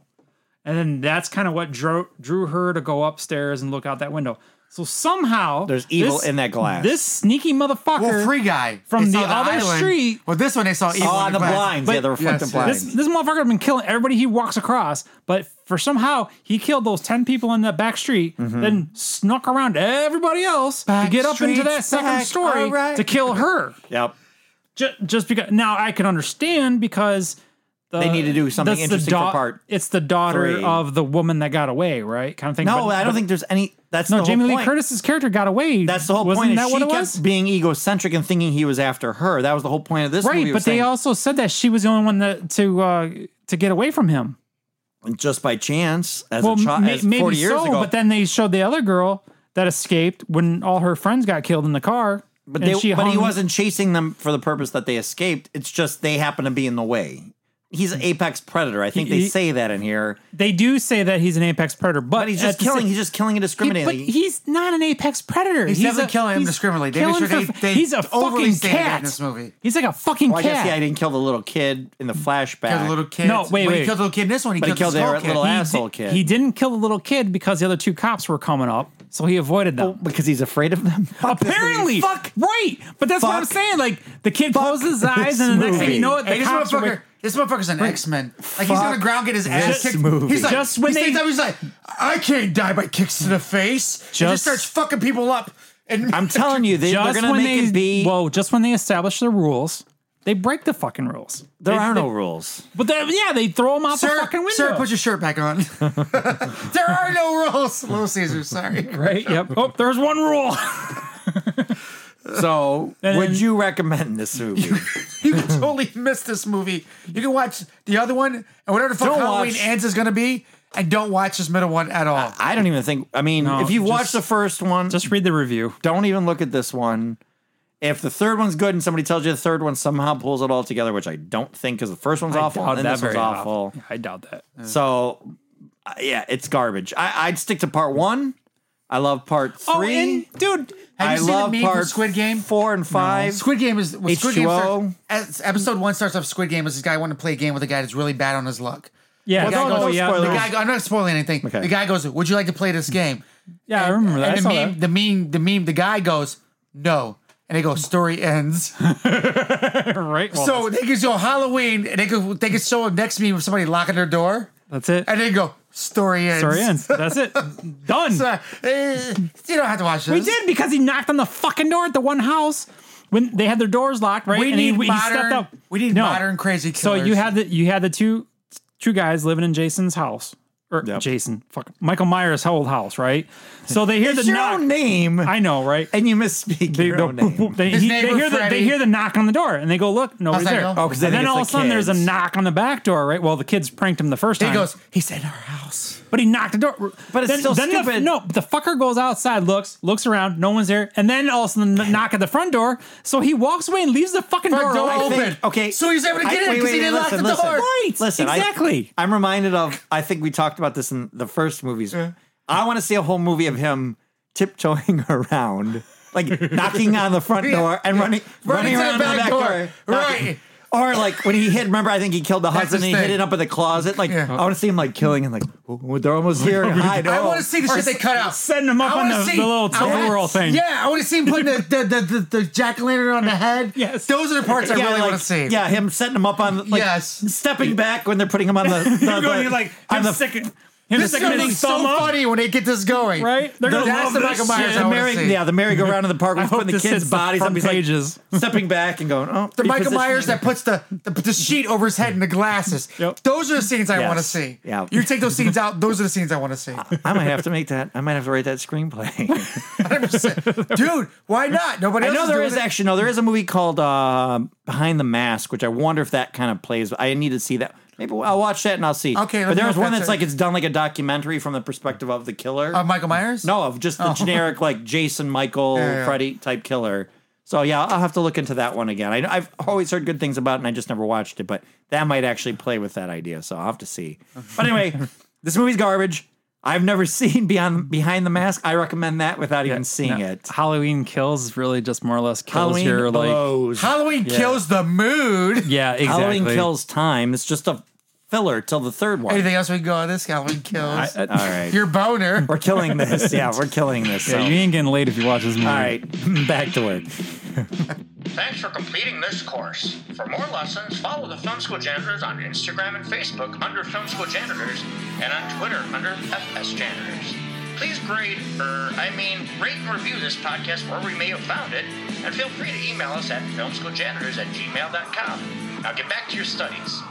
E: and then that's kind of what drew drew her to go upstairs and look out that window. So somehow
C: There's evil
E: this-
C: in that glass.
E: This sneaky motherfucker.
D: well, free guy
E: from
D: They
E: the
D: saw
E: other
D: island.
E: street.
D: Well, this one they saw. evil
C: Oh, on
D: in
C: the
D: glass.
C: blinds,
E: But-
C: yeah, the reflective
D: Yes, yes.
C: blinds.
E: This this motherfucker has been killing everybody he walks across, but for somehow he killed those ten people in that back street,
C: Mm-hmm.
E: then snuck around everybody else
D: Back
E: to get up into that
D: streets,
E: second
D: back,
E: story
D: alright.
E: to kill her.
C: yep.
E: just, just because now I can understand because the,
C: They need to do something
E: that's the
C: interesting for part
E: It's the daughter
C: three.
E: of the woman that got away, right? Kind of thing.
C: No,
E: But-
C: I don't
E: but-
C: think there's any. That's the
E: No,
C: whole
E: Jamie Lee
C: point.
E: Curtis's character got away.
C: That's the whole
E: Wasn't
C: point. is
E: that
C: she
E: what it
C: kept
E: was?
C: being egocentric and thinking he was after her. That was the whole point of this
E: Right,
C: movie.
E: but
C: was
E: they
C: saying,
E: also said that she was the only one that to uh, to get away from him.
C: just by chance as
E: well,
C: a child,
E: ma-
C: as
E: maybe
C: forty years
E: so,
C: ago.
E: but then they showed the other girl that escaped when all her friends got killed in the car.
C: But
E: and
C: they,
E: she
C: but he
E: hung-
C: wasn't chasing them for the purpose that they escaped. It's just they happen to be in the way. He's an apex predator. I think
E: He-
C: they
E: he-
C: say that in here.
E: They do say that he's an apex predator, but,
C: But he's
E: at
C: just
E: the
C: killing.
E: same-
C: he's just killing indiscriminately.
E: He- but he's not an apex predator.
D: He's definitely
E: a-
D: killing him
E: he's
D: discriminately. They
E: killing
D: made sure
E: for-
D: they- they
E: he's a
D: overly
E: fucking
D: say that in
E: cat.
D: this movie.
E: He's like a fucking
C: well, I guess
E: cat.
C: yeah, he didn't kill the little kid in the flashback.
D: Killed the little kid.
E: No, wait,
D: Well, He
E: wait.
D: killed the little kid. In this one, he
C: But he
D: killed,
C: killed
D: the
C: their little
D: kid.
E: He
C: asshole
E: di-
C: kid.
E: He didn't kill the little kid because the other two cops were coming up, so he avoided them.
C: Oh, because he's afraid of them. Fuck this
E: Apparently,
C: movie.
E: fuck right, but that's what I'm
C: Fuck.
E: saying. Like the kid closes his
C: this
E: eyes, and the next thing
C: movie.
E: you know, it, the
D: Hey, this
E: cops are with-
D: motherfucker. This motherfucker's an X Men. Like he's on the ground, get his ass
C: this
D: kicked.
C: movie.
D: He's like,
E: Just when
D: he
E: they-
D: stands up, he's like, I can't die by kicks to the face. Just,
E: Just-
D: just starts fucking people up. And
C: I'm telling you, they, they're
E: just
C: gonna
E: when
C: make
E: they
C: it be.
E: whoa, just when they establish the rules, they break the fucking rules.
C: there
E: They-
C: are no
E: they-
C: rules.
E: But they- yeah, they throw them out the
D: Sir,
E: fucking window.
D: sir, put your shirt back on. there are no rules. Little Caesar, sorry.
E: right. Yep. Oh, there's one rule.
C: So,
E: And
C: would
E: then-
C: you recommend this movie?
D: You can totally miss this movie. You can watch the other one and whatever the fuck
C: Don't
D: Halloween
C: watch-
D: ends is gonna be, and don't watch this middle one at all.
C: I don't even think. I mean,
E: No,
C: if you've
E: just-
C: watched the first one,
E: Just read the review.
C: don't even look at this one. If the third one's good and somebody tells you the third one somehow pulls it all together, which I don't think because the first one's awful
E: doubt
C: and
E: that
C: this one's
E: very often.
C: awful.
E: Yeah, I doubt that.
C: So, uh, yeah, it's garbage. I, I'd stick to part one. I love part three.
E: Oh, and dude,
D: Have you
C: I
D: seen the
C: love
D: meme from
C: part
D: Squid Game?
C: four and five.
D: Squid Game is was Squid Game
C: H2O.
D: starts, as- episode one starts off. Squid Game is this guy wanting to play a game with a guy that's really bad on his luck.
E: Yeah,
D: The guy
C: don't-
D: goes,
C: don't
E: yeah,
C: spoil
D: the
C: it.
D: guy, go- I'm not spoiling anything.
C: Okay.
D: The guy goes, "Would you like to play this game?"
E: yeah, I remember that. I
D: And
E: saw
D: the meme,
E: that.
D: the meme, the meme. The guy goes, "No," and they go, "Story ends."
E: Right. Well,
D: so they could show Halloween, and they could they could show a next meme of somebody locking their door,
E: that's it.
D: and they go, "Story ends."
E: Story ends. That's it. Done.
D: So, eh, you don't have to watch this.
E: We did because he knocked on the fucking door at the one house when they had their doors locked, right?
D: We
E: he-
D: need
E: he,
D: modern- we need modern crazy
E: So you
D: killers.
E: had the you had the two two guys living in Jason's house or
C: Yep.
E: Jason, fuck, Michael Myers' old house, right? So they hear
C: It's
E: the
C: your
E: knock.
C: own name,
E: I know, right?
C: and you misspeak
E: They,
C: your
E: go
C: own
E: boop, boop.
C: name.
E: They-
D: His
E: he- they
D: neighbor,
E: hear the,
D: Freddy.
E: they hear the knock on the door and they go look nobody's
D: that
E: there.
D: go?
E: And
D: Oh,
C: 'cause they think
E: then
C: it's
E: all
C: the
E: of a sudden there's a
C: kids.
E: knock on the back door, right? Well, the kids pranked him the first
D: He
E: time.
D: goes, "He's in our house."
E: But he knocked the door.
C: But it's still
E: the-
C: stupid.
E: no, the fucker goes outside, looks, looks around, no one's there, and then all of a sudden the knock at the front door. So he walks away and leaves the fucking door,
D: Front door
E: open.
D: open.
C: okay,
D: Oh, So he's able to get in
C: wait,
D: 'cause he
C: wait,
D: didn't lock
C: listen,
D: the
C: listen.
D: door.
E: Right,
C: Listen, I-
E: exactly.
C: I'm reminded of. I think we talked about this in the first movies. I want to see a whole movie of him tiptoeing around, like knocking on the front
D: Yeah.
C: door and running,
D: Running
C: running,
D: to the
C: around
D: back
C: the back
D: door.
C: door, knocking.
D: Right.
C: Or like when he hid, remember? I think he killed the
D: That's
C: husband.
D: his
C: and He hid
D: thing.
C: it up in the closet. Like I want to see him like killing and like oh, they're almost here. and hide.
D: I
C: Oh.
D: want to see the shit they cut out.
E: setting him up
D: I
E: on
D: wanna
E: the- the little
D: I wanna-
E: twirl thing.
D: Yeah, I want to see him putting the the, the, the, the jack o' lantern on the head.
E: Yes.
D: those are the parts I
C: Yeah,
D: really
C: like,
D: want to see.
C: Yeah, him setting him up on like
D: Yes.
C: stepping back when they're putting him on the, the,
E: I'm going
C: the-
E: to like
C: on
E: him
C: the
E: sticking him
D: this is
E: sticking
D: gonna be
E: his
D: so
E: thumb up.
D: funny when they get this going.
E: Right? They're gonna
D: That's
E: love
D: the
E: this
D: Michael Myers
E: shit.
D: I
C: the
D: want
C: merry,
D: to see.
C: yeah, the merry-go-round in the park,
E: I
C: with
E: hope
C: putting the
E: this
C: kids'
E: hits the
C: bodies up.
E: front
C: He's like
E: pages.
C: stepping back and going, oh,
D: The Michael
C: repositioning
D: Myers
C: it.
D: that puts the, the the sheet over his head and the glasses.
E: Yep.
D: Those are the scenes I
C: Yes.
D: want to see.
C: Yeah.
D: You take those scenes out, those are the scenes I want to see.
C: I might have to make that. I might have to write that screenplay.
D: 100%. Dude, why not? Nobody
C: I
D: else
C: know
D: is
C: there
D: doing
C: is
D: it.
C: actually no. There is a movie called uh, Behind the Mask, which I wonder if that kind of plays. I need to see that. Maybe I'll watch that and I'll see.
D: Okay, let
C: but
D: me know
C: there's
D: if
C: one
D: that's
C: that's
D: it.
C: like it's done like a documentary from the perspective of the killer.
D: Uh, Michael Myers?
C: no, of just the
E: Oh.
C: generic like Jason, Michael,
D: Yeah, yeah.
C: Freddy type killer. So yeah, I'll have to look into that one again. I, I've always heard good things about it, and I just never watched it. But that might actually play with that idea. So I'll have to see. But anyway, this movie's garbage. I've never seen Beyond Behind the Mask. I recommend that without even seeing
E: No,
C: it.
E: Halloween kills really just more or less kills
C: Halloween
E: your like
C: blows.
D: Halloween kills the mood.
E: yeah exactly.
C: Halloween kills time. It's just a filler till the third one.
D: Anything else we can go on this? Halloween
E: I-
D: kills.
E: I-
C: All right.
D: Your boner.
C: we're killing this. Yeah, we're killing this.
E: yeah,
C: so.
E: you ain't getting late if you watch this movie.
C: All right, back to work.
A: Thanks for completing this course. For more lessons, follow the Film School Janitors on Instagram and Facebook under Film School Janitors and on Twitter under FS Janitors. Please grade, er, I mean, rate and review this podcast wherever you may have found it, and feel free to email us at filmschooljanitors at gmail.com. Now get back to your studies.